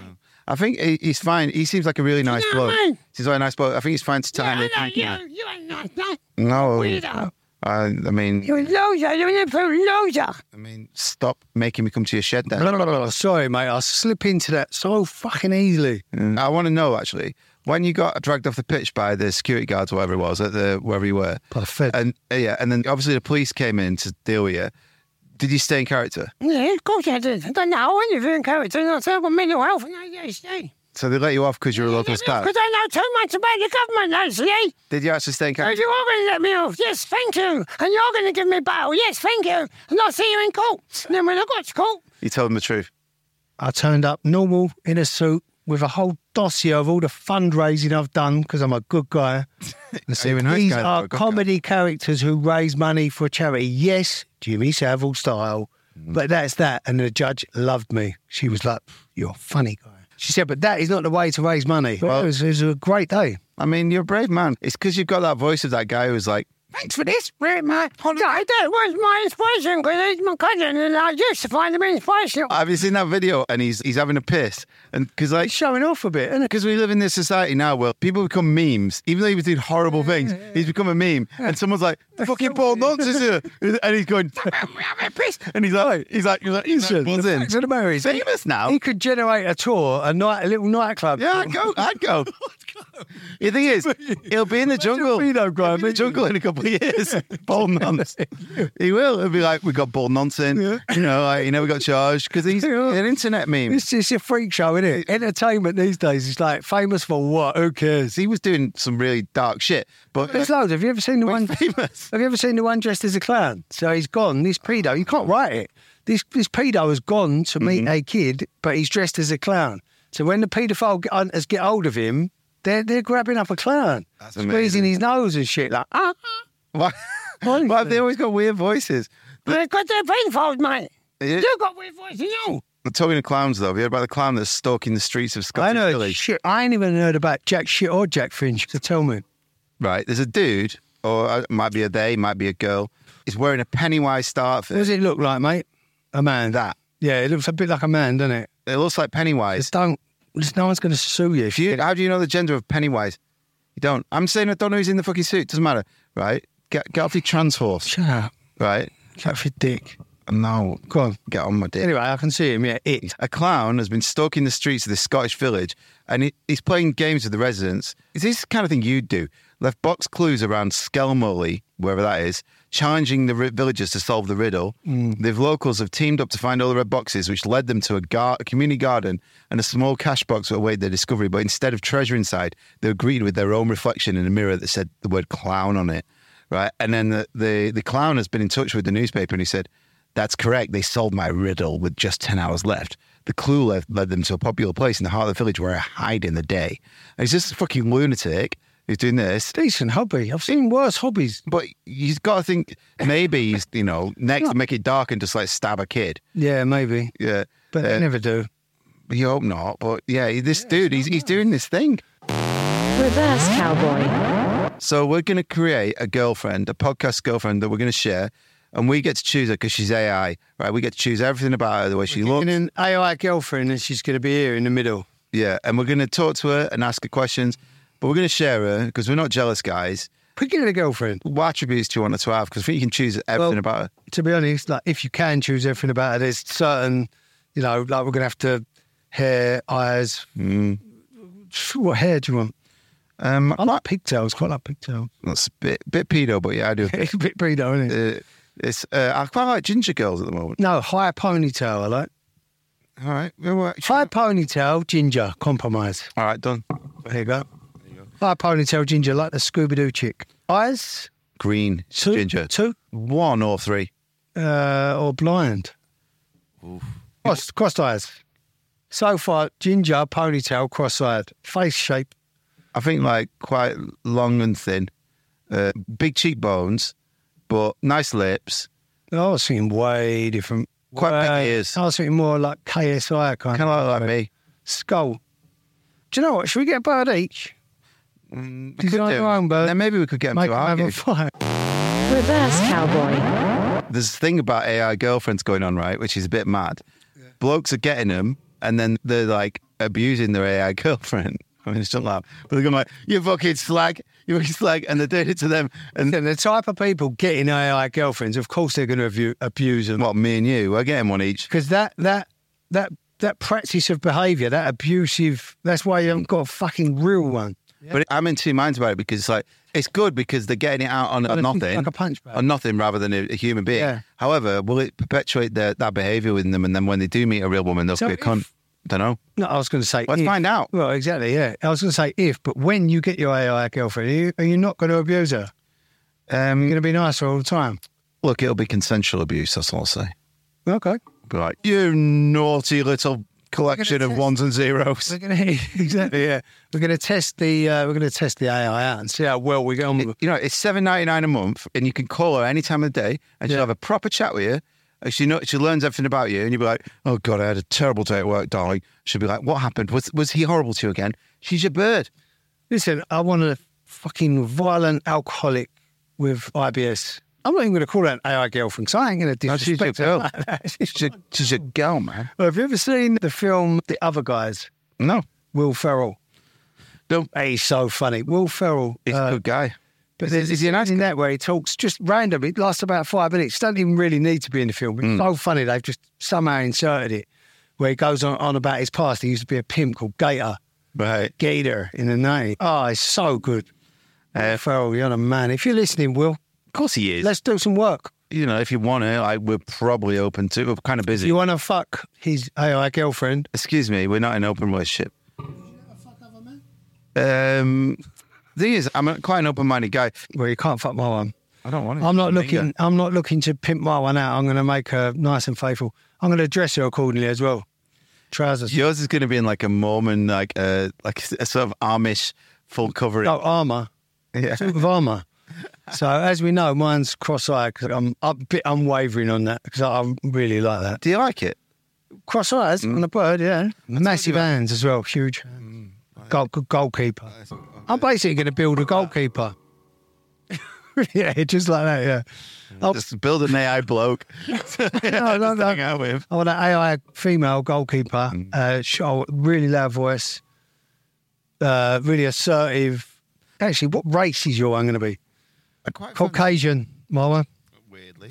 ruining him.
I think he- he's fine. He seems like a really nice
Yeah,
bloke.
man.
He's like a nice bloke. I think he's fine to time
Yeah,
it.
I know, you, you ain't nice, no.
No,
Weirdo.
I, I mean,
You're a loser, you're an absolute loser.
I mean, stop making me come to your shed. Then
Blah, blah, blah, blah. Sorry, mate, I slip into that so fucking easily.
Mm. I want to know actually when you got dragged off the pitch by the security guards, whatever it was, at the wherever you were,
Perfect.
and uh, yeah, and then obviously the police came in to deal with you. Did you stay in character?
Yeah, of course I did. I don't know anything character, and I said I've got mental health and ADHD.
So they let you off because you're a local star.
Because I know too much about the government, Leslie.
Did you actually stay in
And
character?
you are going to let me off. Yes, thank you. And you're going to give me bail. Yes, thank you. And I'll see you in court. And then when I got to court,
You told them the truth.
I turned up normal in a suit with a whole dossier of all the fundraising I've done because I'm a good guy. And
Are you a nice
These
guy, though, a
are
good guy?"
comedy characters who raise money for charity. Yes, Jimmy Savile style,
Mm.
but that's that. And the judge loved me. She was like, "You're a funny guy." She said, "But that is not the way to raise money." Well, it, was, it was a great day.
I mean, you're a brave man. It's because you've got that voice of that guy who's like,
thanks for this. Where my holiday? That was my inspiration because he's my cousin and I used to find him inspirational.
have you seen that video? And he's he's having a piss, and because like
It's showing off a bit, isn't it?
because we live in this society now where people become memes, even though he was doing horrible things, he's become a meme, and someone's like, "Fucking Paul Nuts is here," and he's going, and he's like, he's like, he's like, he's like,
The
buzzing.
facts of the matter is,
famous now.
He could generate a tour, a night, a little nightclub.
Oh. Yeah, I'd go. I'd go. The thing is, he'll be in the jungle.
me though, Graham.
He'll be in the jungle in a couple of years. bull nonce. he will. He'll be like, we got bull nonce in. You know, like, he never got charged because he's an internet meme.
It's just a freak show, isn't it? Entertainment these days is like famous for what? Who cares?
He was doing some really dark shit, but
There's loads. Have you ever seen the
Well,
one?
he's famous.
Have you ever seen the one dressed as a clown? So he's gone. This pedo, you can't write it. This this pedo has gone to meet
Mm-hmm.
a kid, but he's dressed as a clown. So when the paedophile g- hunters get hold of him, they're they're grabbing up a clown,
That's
squeezing
amazing.
his nose and shit like ah.
why, why have they always got weird voices?
Because they're painful, mate.
Yeah.
You got weird voice, you know.
Talking of clowns, though, have you heard about the clown that's stalking the streets of Scotland?
I know shit. I ain't even heard about Jack shit or Jack Finch. So tell me,
right? There's a dude, or uh, it might be a they, might be a girl, is wearing a Pennywise star
What does it look like, mate? A man.
That.
Yeah, it looks a bit like a man, doesn't it?
It looks like Pennywise.
Just don't. Just no one's going to sue you.
If you, how do you know the gender of Pennywise? You don't. I'm saying I don't know who's in the fucking suit. Doesn't matter, right? Get get off your trans horse,
Shut up.
right?
Shut up your dick.
No,
Go on.
get on my dick.
Anyway, I can see him. Yeah, it.
A clown has been stalking the streets of this Scottish village and he, he's playing games with the residents. Is this the kind of thing you'd do? Left box clues around Skelmully, wherever that is, challenging the ri- villagers to solve the riddle. The locals have teamed up to find all the red boxes, which led them to a, gar- a community garden and a small cash box that awaited their discovery. But instead of treasure inside, they were greeted with their own reflection in a mirror that said the word clown on it. Right. And then the, the, the clown has been in touch with the newspaper and he said, that's correct. They solved my riddle with just 10 hours left. The clue led, led them to a popular place in the heart of the village where I hide in the day. And he's just a fucking lunatic who's doing this.
Decent hobby. I've seen worse hobbies.
But he's got to think maybe he's, you know, next to make it dark and just like stab a kid.
Yeah, maybe.
Yeah.
But
Uh,
they never do.
You hope not. But yeah, this dude, he's, he's doing this thing.
Reverse cowboy.
So we're going to create a girlfriend, a podcast girlfriend that we're going to share. And we get to choose her because she's AI, right? We get to choose everything about her, the way she looks.
And an AI girlfriend, and she's going to be here in the middle.
Yeah, and we're going to talk to her and ask her questions, but we're going to share her because we're not jealous guys.
Picking a girlfriend.
What attributes do you want her to have? Because I think you can choose everything
Well-
about her.
To be honest, like if you can choose everything about her, there's certain, you know, like we're going to have to hair, eyes. What hair do you want?
Um,
I like pigtails. Quite like pigtails.
that's a bit, bit pedo, but yeah, I do.
It's a bit breedo, isn't it?
uh, it's uh, I quite like ginger girls at the moment.
No, higher ponytail. I like
All right, well, well, actually-
higher ponytail, ginger, compromise.
all right, done.
There you go. Higher ponytail, ginger, like the Scooby Doo chick. Eyes,
Green
two,
ginger,
two,
one or three.
uh, or blind. Crossed, crossed eyes. So far, ginger, ponytail, cross-eyed, face shape.
I think like quite long and thin, uh, big cheekbones, but nice lips.
I was thinking way different.
Quite big
Way-
ears.
I was thinking more like KSI kind,
Kind of like, like me.
skull. Do you know what? Should we get a bird each?
Mm,
Design
could do.
your own bird.
Then maybe we could get them
Make
to
them have
argue.
a fight.
Reverse cowboy.
there's a thing about AI girlfriends going on, right? Which is a bit mad. Blokes are getting them and then they're like abusing their AI girlfriend. I mean, it's not laugh, but they're going like, you fucking slag, you fucking slag. And they're doing it to them. And
And the type of people getting AI girlfriends, of course, they're going to abu- abuse them.
what, me and you, we're getting one each.
because that that that that practice of behaviour, that abusive, that's why you haven't got a fucking real one.
But I'm in two minds about it because it's like, it's good because they're getting it out on, on nothing.
like a punch bag.
On nothing rather than a, a human being.
Yeah.
However, will it perpetuate their, that behavior within them? And then when they do meet a real woman, they'll
So
be a
if-
cunt. Don't know.
No, I was going to say.
Let's
if.
find out.
Well, exactly. Yeah, I was going to say if, but when you get your AI girlfriend, are you, are you not going to abuse her? Um, You're going to be nice all the time.
Look, it'll be consensual abuse, that's all I'll say.
Okay.
be like, you naughty little collection of
test-
ones and zeros.
We're going to exactly. Yeah, we're going to test the uh, we're going to test the AI out and see how well we get on with
It- you know, it's seven ninety nine a month, and you can call her any time of the day, and she'll
Yeah.
have a proper chat with you. And she know, she learns everything about you, and you'll be like, "Oh God, I had a terrible day at work, darling." She'll be like, "What happened? Was was he horrible to you again?" She's your bird.
Listen, I want a fucking violent alcoholic with IBS. I'm not even going to call her an AI girlfriend because I ain't going to
No, she's your
disrespect her
girl.
like that.
She's your, she's your girl, man.
Well, have you ever seen the film The Other Guys?
No,
Will Ferrell.
No.
Hey, he's so funny. Will Ferrell.
he's
uh,
a good guy.
But there's, is he nice in that where he talks just randomly. It lasts about five minutes. Doesn't even really need to be in the film. It's so funny. They've just somehow inserted it where he goes on, on about his past. He used to be a pimp called Gator.
Right.
Gator in the night. Oh, it's so good. Uh, Farrell, you're a man. If you're listening, Will,
Of course he is.
let's do some work.
you know, if you want to, like, we're probably open to. We're kind of busy.
You want to fuck his AI girlfriend?
Excuse me, we're not in open relationship. Um, thing is, I'm a, quite an open-minded guy.
Well, you can't fuck my one.
I don't want
I'm not looking. I'm not looking to pimp my one out. I'm going to make her nice and faithful. I'm going to dress her accordingly as well. Trousers,
Yours is going to be in like a Mormon, like a like a sort of Amish full coverage.
no armor,
Yeah.
sort of armor. So as we know, mine's cross-eyed because I'm a bit unwavering on that because I, I really like that.
Do you like it?
Cross eyes on the bird, yeah. Massive hands as well, huge. Goal, good goalkeeper. I'm basically going to build a goalkeeper. yeah, just like that. Yeah. I'll,
Just build an AI bloke.
no, no, no.
Hang out with.
Oh, I want an AI female goalkeeper.
Mm.
Uh, show, really loud voice. Uh, really assertive. Actually, what race is your one going to be? Caucasian, my one.
Weirdly.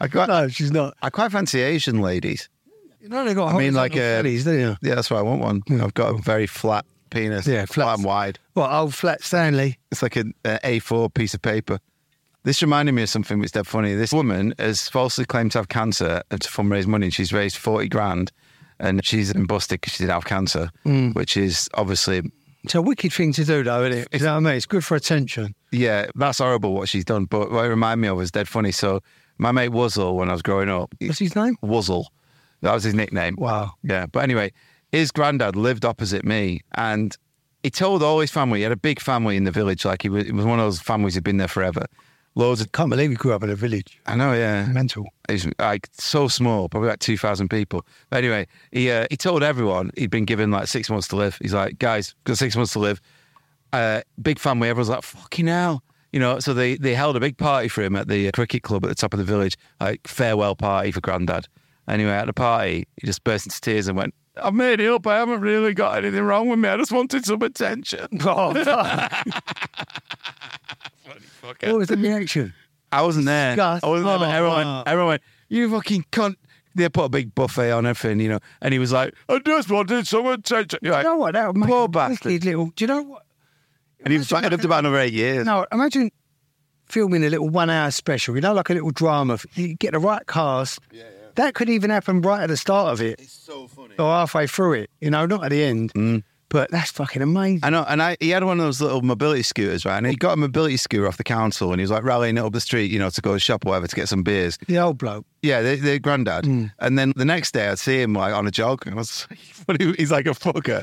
I quite,
no, she's not.
I quite fancy Asian ladies.
You know they got.
I mean, like
horizontal
a,
bellies, don't you?
yeah, that's why I want one. I've got a very flat penis.
Yeah,
flat and wide.
What old flat Stanley?
It's like an uh, A4 piece of paper. This reminded me of something which is dead funny. This woman has falsely claimed to have cancer and to fundraise money, and she's raised 40 grand and she's been busted because she did have cancer,
Mm.
which is obviously,
It's a wicked thing to do, though, isn't it? You know what I mean? It's good for attention.
yeah, that's horrible what she's done. But what it reminded me of is dead funny. So, my mate Wuzzle, when I was growing up,
What's his name?
Wuzzle, that was his nickname.
Wow.
Yeah. But anyway, his granddad lived opposite me and he told all his family, he had a big family in the village. Like he was, it was one of those families who'd been there forever. Loads of,
Can't believe you grew up in a village.
I know, yeah.
Mental.
It was like so small, probably like 2,000 people. But anyway, he, uh, he told everyone he'd been given like six months to live. He's like, guys, got six months to live. Uh, big family. Everyone's like, fucking hell. You know, so they, they held a big party for him at the cricket club at the top of the village, like farewell party for granddad. Anyway, at the party, he just burst into tears and went, I've made it up. I haven't really got anything wrong with me. I just wanted some attention.
What was the reaction?
I wasn't there.
Disgust.
I wasn't there. But
Oh,
everyone,
wow.
everyone went, you fucking cunt. They put a big buffet on everything, you know, and he was like, I just wanted some attention. You're like,
You know what? That would make
Poor
a
bastard.
wicked little. Do you know what?
and he was back up to about another eight years.
No, imagine filming a little one-hour special. You know, like a little drama. You get the right cast. Yeah, yeah. That could even happen right at the start of it. It's so funny. Or halfway through it. You know, not at the end. But that's fucking amazing.
I know, Mm. and I, he had one of those little mobility scooters, right? And he got a mobility scooter off the council, and he was like rallying it up the street, you know, to go to the shop or whatever to get some beers.
The old bloke.
Yeah, the, the granddad.
Hmm.
And then the next day, I'd see him like on a jog, and I was like, "What are you- he's like a fucker.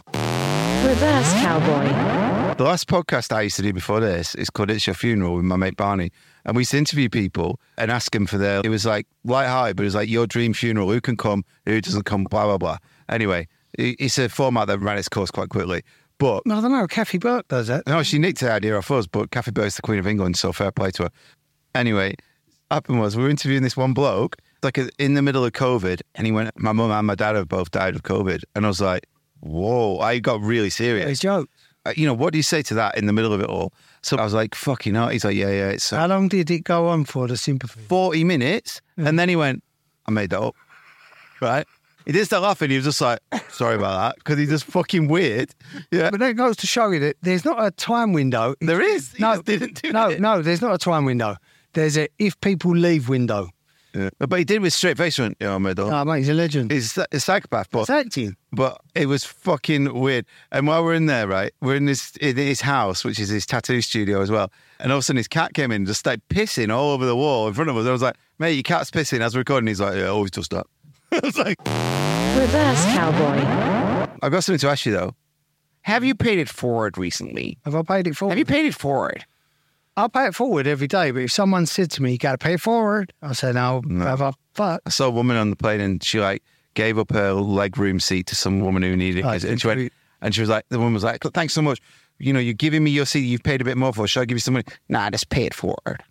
Reverse cowboy.
The last podcast I used to do before this is called It's Your Funeral with my mate Barney. And we used to interview people and ask them for their, it was like light-hearted, but it was like your dream funeral, who can come, who doesn't come, blah, blah, blah. Anyway, i- it's a format that ran its course quite quickly. But
No, I don't know. Kathy Burke does that.
no, she nicked the idea off us, but Kathy Burke's the Queen of England, so fair play to her. Anyway, happened was we were interviewing this one bloke, like uh, in the middle of COVID, and he went, My mum and my dad have both died of COVID. And I was like, Whoa, I got really
It's
serious.
joke.
Uh, You know, what do you say to that in the middle of it all? So I was like, Fucking hell. He's like, Yeah, yeah, it's uh,
How long did it go on for the sympathy?
40 minutes. And then he went, I made that up. Right? He did start laughing. He was just like, Sorry about that, because he's just fucking weird. Yeah.
But that goes to show you that there's not a time window.
There is. He just didn't do
no,
it.
no. There's not a time window. There's a if people leave window.
Yeah. But he did with straight face. He went, Yeah, I made that up.
Oh, mate, he's a legend.
He's a psychopath, but
It's acting.
but it was fucking weird. And while we're in there, right, we're in this in his house, which is his tattoo studio as well. And all of a sudden, his cat came in, and just started pissing all over the wall in front of us. I was like, "Mate, your cat's pissing." As we're recording, he's like, "Yeah, always does that." I was like,
Reverse cowboy.
"I've got something to ask you though. Have you paid it forward recently?
Have I paid it forward?
paid it forward?
I'll pay it forward every day. But if someone said to me, "You got to pay it forward," I say, "No, have I?" Fuck.
I saw a woman on the plane, and she like gave up her leg room seat to some woman who needed it,
Oh,
and she went,
complete-
and she was like, the woman was like, "Thanks so much." You know, you're giving me your seat. You've paid a bit more for. Should I give you some money? Nah, just pay it forward.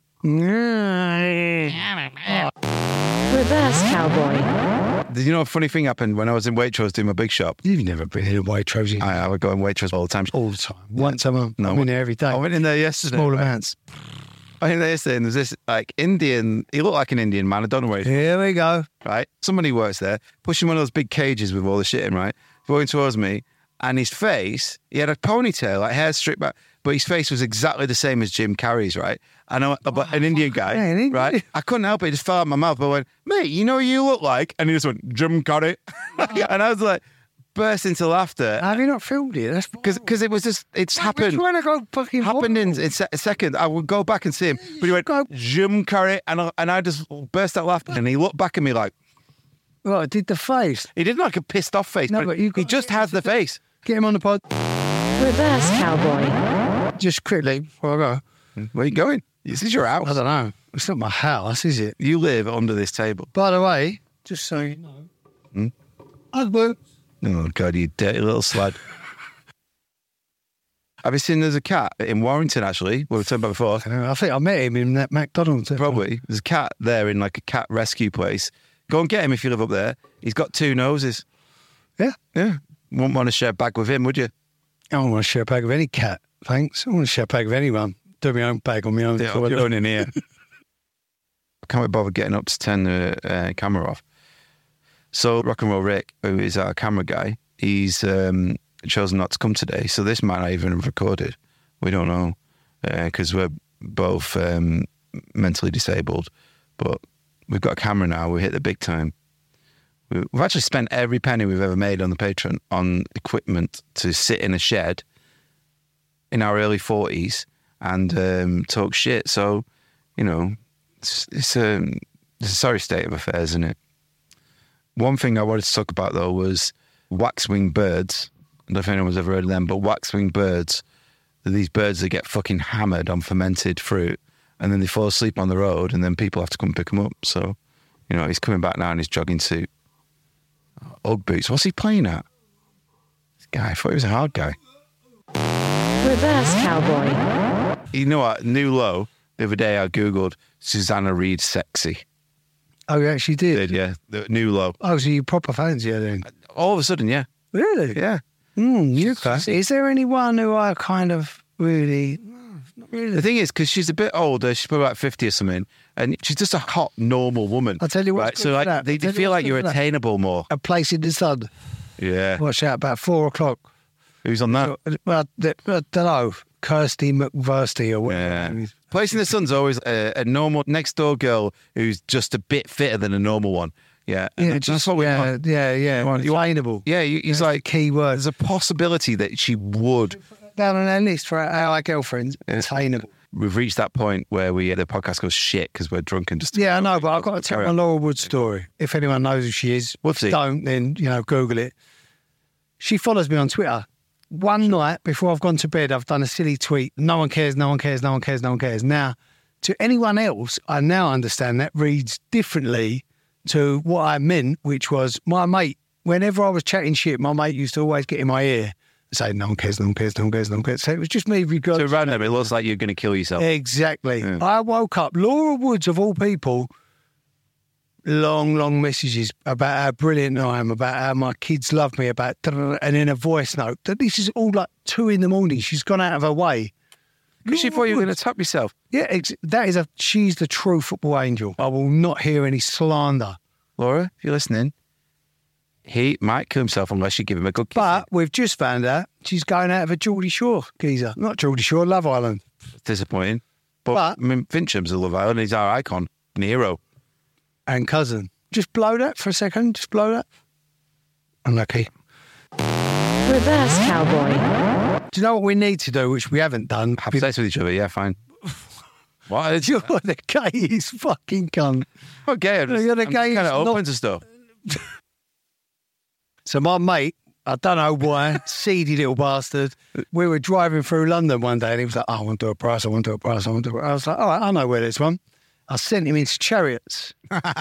Reverse cowboy.
Did you know a funny thing happened when I was in Waitrose doing my big shop?
You've never been in a Waitrose in-
I, I would go in Waitrose all the time.
all the time. Once a month.
No, Oh,
I'm in there every day.
I went in there yesterday.
Small
right?
amounts.
I went in there yesterday and there's this like Indian, he looked like an Indian man. I don't know where he's
Here we go.
right? Somebody works there, pushing one of those big cages with all the shit in, right? Going towards me, and his face, he had a ponytail, like hair stripped back, but his face was exactly the same as Jim Carrey's, right? And I went, "Oh, but an Indian guy,
yeah, an Indian.
right? I couldn't help it, it just fell out my mouth. But I went, mate, you know what you look like? And he just went, Jim Carrey. and I was like, burst into laughter.
Have you not filmed it? That's
Because it was just, it's
We're
happened.
trying to go fucking
Happened in, in se- a second. I would go back and see him, but he went Jim Carrey, and I, and I just burst out laughing. And he looked back at me like,
Well, I did the face.
he didn't like a pissed off face,
No,
but,
but you've
he
got-
just has the face.
Get him on the pod.
Reverse cowboy.
Just quickly before I go.
Where you going? This is your
Hmm? I
house.
don't know. It's not my house, is it?
You live under this table.
By the way, just so you know, I worked
Oh, God, you dirty little slag. Have you seen there's a cat in Warrington, actually? We were talking about before.
I think I met him in that McDonald's.
Probably. There's a cat there in like a cat rescue place. Go and get him if you live up there. He's got two noses.
Yeah.
Yeah. Wouldn't want to share a bag with him, would you?
I don't want to share a bag with any cat, thanks. I don't want to share a bag with anyone. Do my own bag on my own.
Yeah,
so I
you're-
don't in here.
I can't be bothered getting up to turn the uh, camera off. So Rock and Roll Rick, who is our camera guy, he's um, chosen not to come today. So this might not even have recorded. We don't know because we're both um, mentally disabled. But we've got a camera now. We hit the big time. We- We've actually spent every penny we've ever made on the Patreon on equipment to sit in a shed in our early 40s and um, talk shit. So, you know, it's, it's, a, it's a sorry state of affairs, isn't it? One thing I wanted to talk about, though, was waxwing birds. I don't know if anyone's ever heard of them, but waxwing birds are these birds that get fucking hammered on fermented fruit and then they fall asleep on the road and then people have to come pick them up. So, you know, he's coming back now in his jogging suit. Ugg boots. What's he playing at? This guy, I thought he was a hard guy.
Reverse cowboy.
You know what? New low. The other day I Googled Susanna Reid sexy.
Oh, you actually did?
Did, yeah. The new low.
Oh, so you proper fancy her then?
All of a sudden, yeah.
Really?
Yeah.
Mm, you class. Is there anyone who I kind of really. Not really.
The thing is, because she's a bit older, she's probably about 50 or something, and she's just a hot, normal woman.
I'll tell you what's
Right,
good
so
for
like,
that.
they,
I'll
they
tell you
feel
what's
like
good
you're
for that.
attainable more.
A place in the sun.
Yeah.
Watch out, about four o'clock.
Who's on that?
Well, I, don't know. Kirsty McVersty or whatever.
Yeah. Place in the Sun's always uh, a, a normal next door girl who's just a bit fitter than a normal one. Yeah. And
Yeah,
that's what we
yeah,
want.
yeah, yeah.
want- you want-
Attainable.
Yeah, you- he's like,
key word.
there's a possibility that she would.
Down on our list for our, our girlfriends.
Yeah.
Attainable.
We've reached that point where we the podcast goes shit because we're drunk and just.
Yeah, I know, but I've got to tell
Carry
my
on.
Laura Wood story. If anyone knows who she is,
Whoopsie.
don't, then, you know, Google it. She follows me on Twitter. One night before I've gone to bed, I've done a silly tweet. No one cares, no one cares, no one cares, no one cares. Now, to anyone else, I now understand that reads differently to what I meant, which was my mate. Whenever I was chatting shit, my mate used to always get in my ear and say, no one cares, no one cares, no one cares, no one cares. So it was just me regardless.
So random, it looks like you're going to kill yourself.
Exactly.
Yeah.
I woke up, Laura Woods of all people, long, long messages about how brilliant I am, about how my kids love me, about and then a voice note. That this is all like two in the morning. She's gone out of her way.
Because she thought you were going to tap yourself.
Yeah, ex- that is a. She's the true football angel. I will not hear any slander.
Laura, if you're listening, he might kill himself unless you give him a good kiss.
But we've just found out she's going out of a Geordie Shore geezer, not Geordie Shore, Love Island.
disappointing. But,
But-
I mean, Fincham's a Love Island. He's our icon, an hero.
and cousin. Just blow that for a second. Just blow that. Unlucky.
Reverse cowboy.
Do you know what we need to do, which we haven't done?
Have sex with each other. Yeah, fine. what? It's,
You're the gay is fucking cunt.
you're gay. I'm just,
You're the
I'm
gayest
kind of open
knob.
to stuff.
So my mate, I don't know why, seedy little bastard. We were driving through London one day, and he was like, "Oh, "I want to do a price. I want to do a price. I want to." Do a price. I was like, "All right, I know where there's one." I sent him into chariots.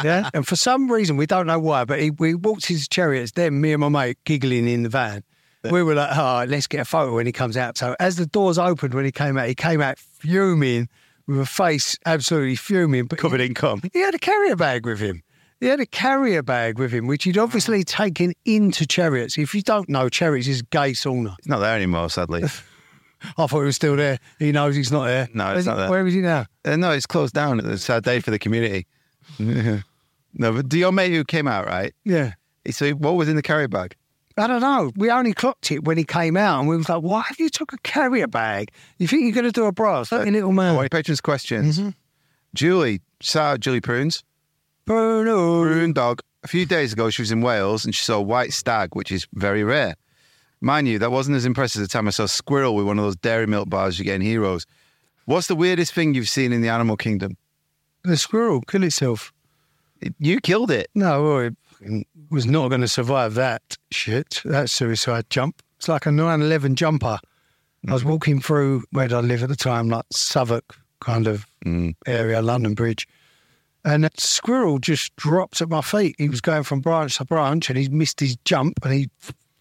yeah, and for some reason we don't know why, but he, we walked into chariots. Then me and my mate giggling in the van. We were like, "All right, let's get a photo when he comes out." So as the doors opened when he came out, he came out fuming with a face absolutely fuming, but
Covered in cum.
he had a carrier bag with him. He had a carrier bag with him, which he'd obviously taken into Chariots. If you don't know, Chariots is a gay sauna.
It's not there anymore, sadly.
I thought he was still there. He knows he's not there.
No,
Where's
it's
he-
not there.
Where is he now?
Uh, no, it's closed down. It's a sad day for the community. no, but do your mate who came out, right?
Yeah.
So what was in the carry bag?
I don't know. We only clocked it when he came out, and we was like, "Why have you took a carrier bag? You think you're going to do a brass, you little man?"
Wait, patrons' questions. Julie, shout out Julie Prunes.
Bruno.
Prune dog. A few days ago, she was in Wales and she saw a white stag, which is very rare. Mind you, that wasn't as impressive as the time I saw a squirrel with one of those dairy milk bars you get in Heroes. What's the weirdest thing you've seen in the animal kingdom?
The squirrel killed itself.
You killed it.
No, well, it fucking was not going to survive that shit, that suicide jump. It's like a 9 11 jumper. I was walking through where I live at the time, like Southwark kind of area, London Bridge. And a squirrel just dropped at my feet. He was going from branch to branch and he missed his jump and he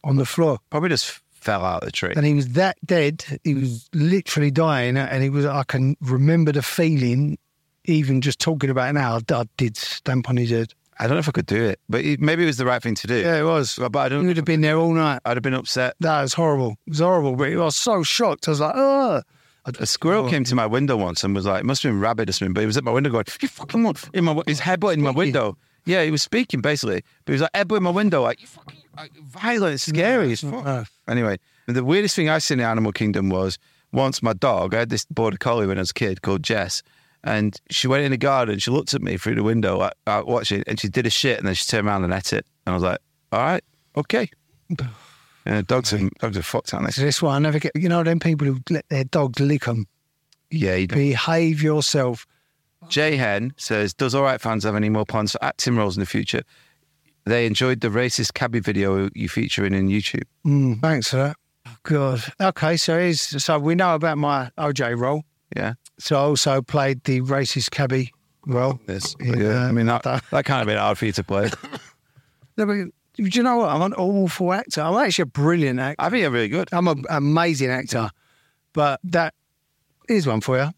on the floor.
Probably just fell out of the tree.
And he was that dead. He was literally dying. And he was, I can remember the feeling, even just talking about it now. I, I did stamp on his head.
I don't know if I could do it, but it, maybe it was the right thing to do.
Yeah, it was.
But I don't.
You'd have been there all night.
I'd have been upset.
That was horrible. It was horrible. But I was so shocked. I was like, oh.
A squirrel came to my window once and was like, must have been rabbit or something, but he was at my window going, you fucking want in my wi- his headbutt in my window. Yeah, he was speaking basically, but he was like headbutt in my window, like you fucking like, violent, it's scary as fuck. Anyway, the weirdest thing I've seen in the animal kingdom was once my dog. I had this border collie when I was a kid called Jess, and she went in the garden. She looked at me through the window, like, uh, watching, and she did a shit, and then she turned around and ate it. And I was like, all right, okay. Yeah, dogs are dogs are fucked, aren't
So
they?
this one, I never get, you know, them people who let their dog lick them.
Yeah, you
Behave yourself.
Jay Hen says, Does All Right fans have any more plans for acting roles in the future? They enjoyed the racist cabbie video you feature in in YouTube.
Mm, thanks for that. Oh, God. Okay, so here's, so we know about my OJ role.
Yeah.
So I also played the racist cabbie role.
This.
Yeah,
I mean, that, that kind of been hard for you to play.
No, but do you know what? I'm an awful actor. I'm actually a brilliant actor.
I think you're really good.
I'm an amazing actor. But that is one for you.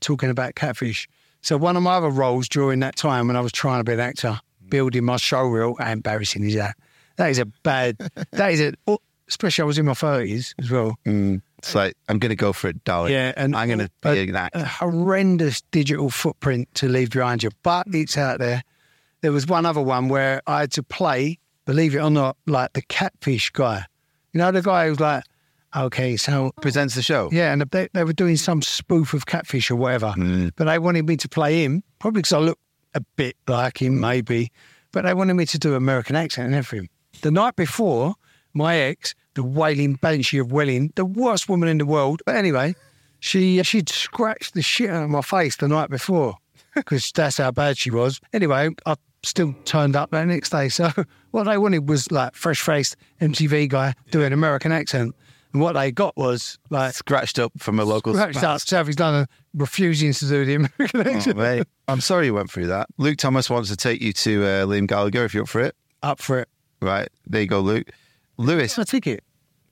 Talking about catfish. So one of my other roles during that time when I was trying to be an actor,
Mm.
building my show reel, how embarrassing is that? That is a bad. that is a. oh, Especially, I was in my thirties as well.
Mm, it's like, I'm going to go for it, darling.
Yeah, uh, and
I'm going to be that.
A horrendous digital footprint to leave behind you, but it's out there. There was one other one where I had to play, believe it or not, like the catfish guy. You know, the guy who's like, okay, so
Presents the show.
yeah, and they, they were doing some spoof of catfish or whatever,
Mm.
but they wanted me to play him, probably because I look a bit like him, maybe, but they wanted me to do American accent and everything. The night before, my ex, the wailing banshee of Welling, the worst woman in the world, but anyway, she she'd scratched the shit out of my face the night before because that's how bad she was. Anyway, I still turned up that next day. So what they wanted was like fresh faced MTV guy doing American accent, and what they got was like
Scratched up from a local
scratched
spa-
out South East London refusing to do the American
Oh,
accent.
mate. I'm sorry you went through that. Luke Thomas wants to take you to uh, Liam Gallagher if you're up for it.
Up for it.
Right. There you go, Luke. Lewis,
It's a ticket,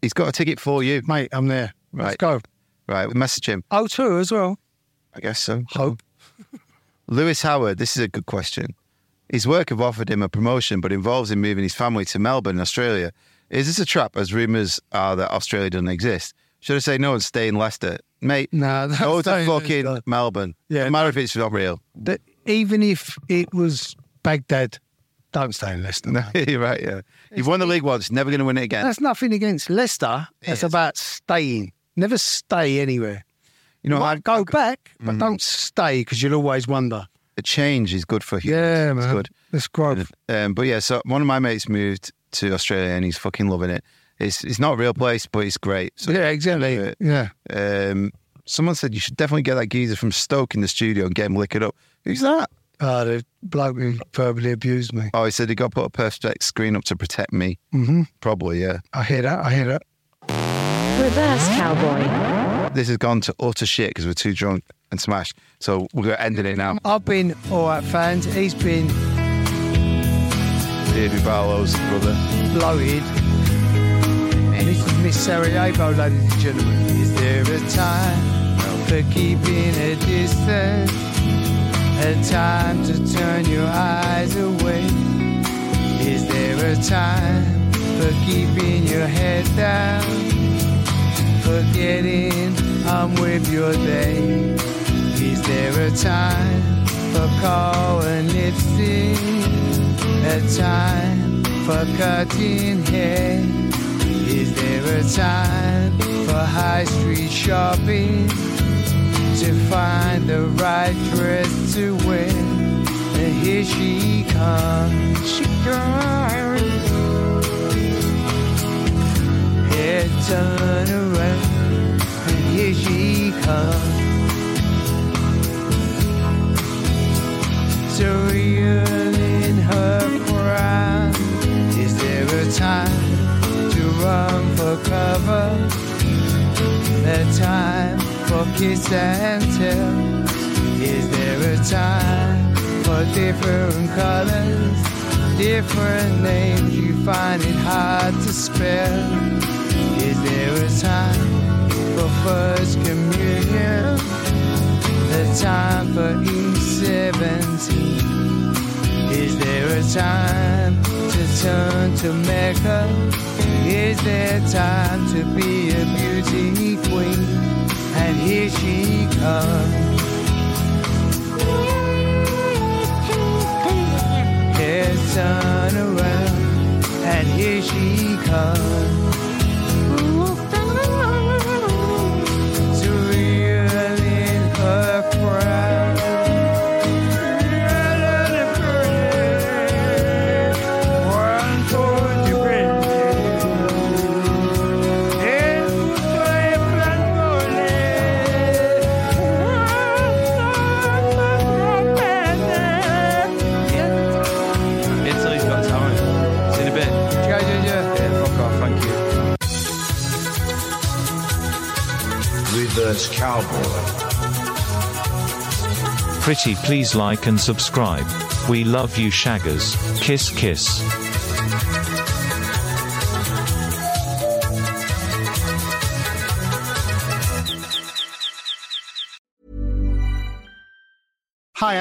he's got a ticket for you.
mate. I'm there. Let's
Right.
go.
Right. Message him.
Oh, two as well.
I guess so.
Hope.
Lewis Howard, this is a good question. His work have offered him a promotion, but involves him moving his family to Melbourne, Australia. Is this a trap, as rumours are that Australia doesn't exist? Should I say no and stay in Leicester? Mate,
Nah, that's
go to
don't-
fucking
that's-
Melbourne.
Yeah.
no matter if it's not real.
That even if it was Baghdad, don't stay in Leicester. mate.
You're right, yeah. You've won the league once, never going to win it again.
That's nothing against Leicester. It's
is.
about staying. Never stay anywhere. You know, I'd go back, but don't stay because you'll always wonder.
A change is good for humans.
Yeah,
It's
man.
good.
It's growth.
Um, but yeah, so one of my mates moved to Australia and he's fucking loving it. It's, it's not a real place, but it's great. So
yeah, exactly.
uh,
yeah.
Um, someone said you should definitely get that geezer from Stoke in the studio and get him lick it up. Who's that?
Oh, the bloke who verbally abused me.
Oh, he said he got put a perspex screen up to protect me.
hmm
Probably, yeah.
I hear that. I hear that.
Reverse cowboy.
This has gone to utter shit because we're too drunk and smashed. So we're going to end it now.
I've been all right, fans. He's been
Deirdre Barlow's brother.
bloated. This is Miss Sarajevo, ladies and gentlemen. Is there a time for keeping a distance? A time to turn your eyes away? Is there a time for keeping your head down? Forgetting I'm with your day. Is there a time for call and lipstick? a time for cutting hair? Is there a time for high street shopping to find the right dress to wear? And here she comes, she comes. Head turn around, and here she comes. to reel in her crown. Is there a time to run for cover? A time for kiss and tell? Is there a time for different colors? Different names you find it hard to spell. Is There was time for first communion, the time for E E17. Is there a time to turn to Mecca? Is there time to be a beauty queen? And here she comes. Here's turn around, and here she comes. To reel in her
Italy's got talent. See you in a bit. Yeah, yeah, yeah. Yeah, fuck off, thank you.
Reverse cowboy.
Pretty please like and subscribe. We love you shaggers. Kiss kiss.
Hi,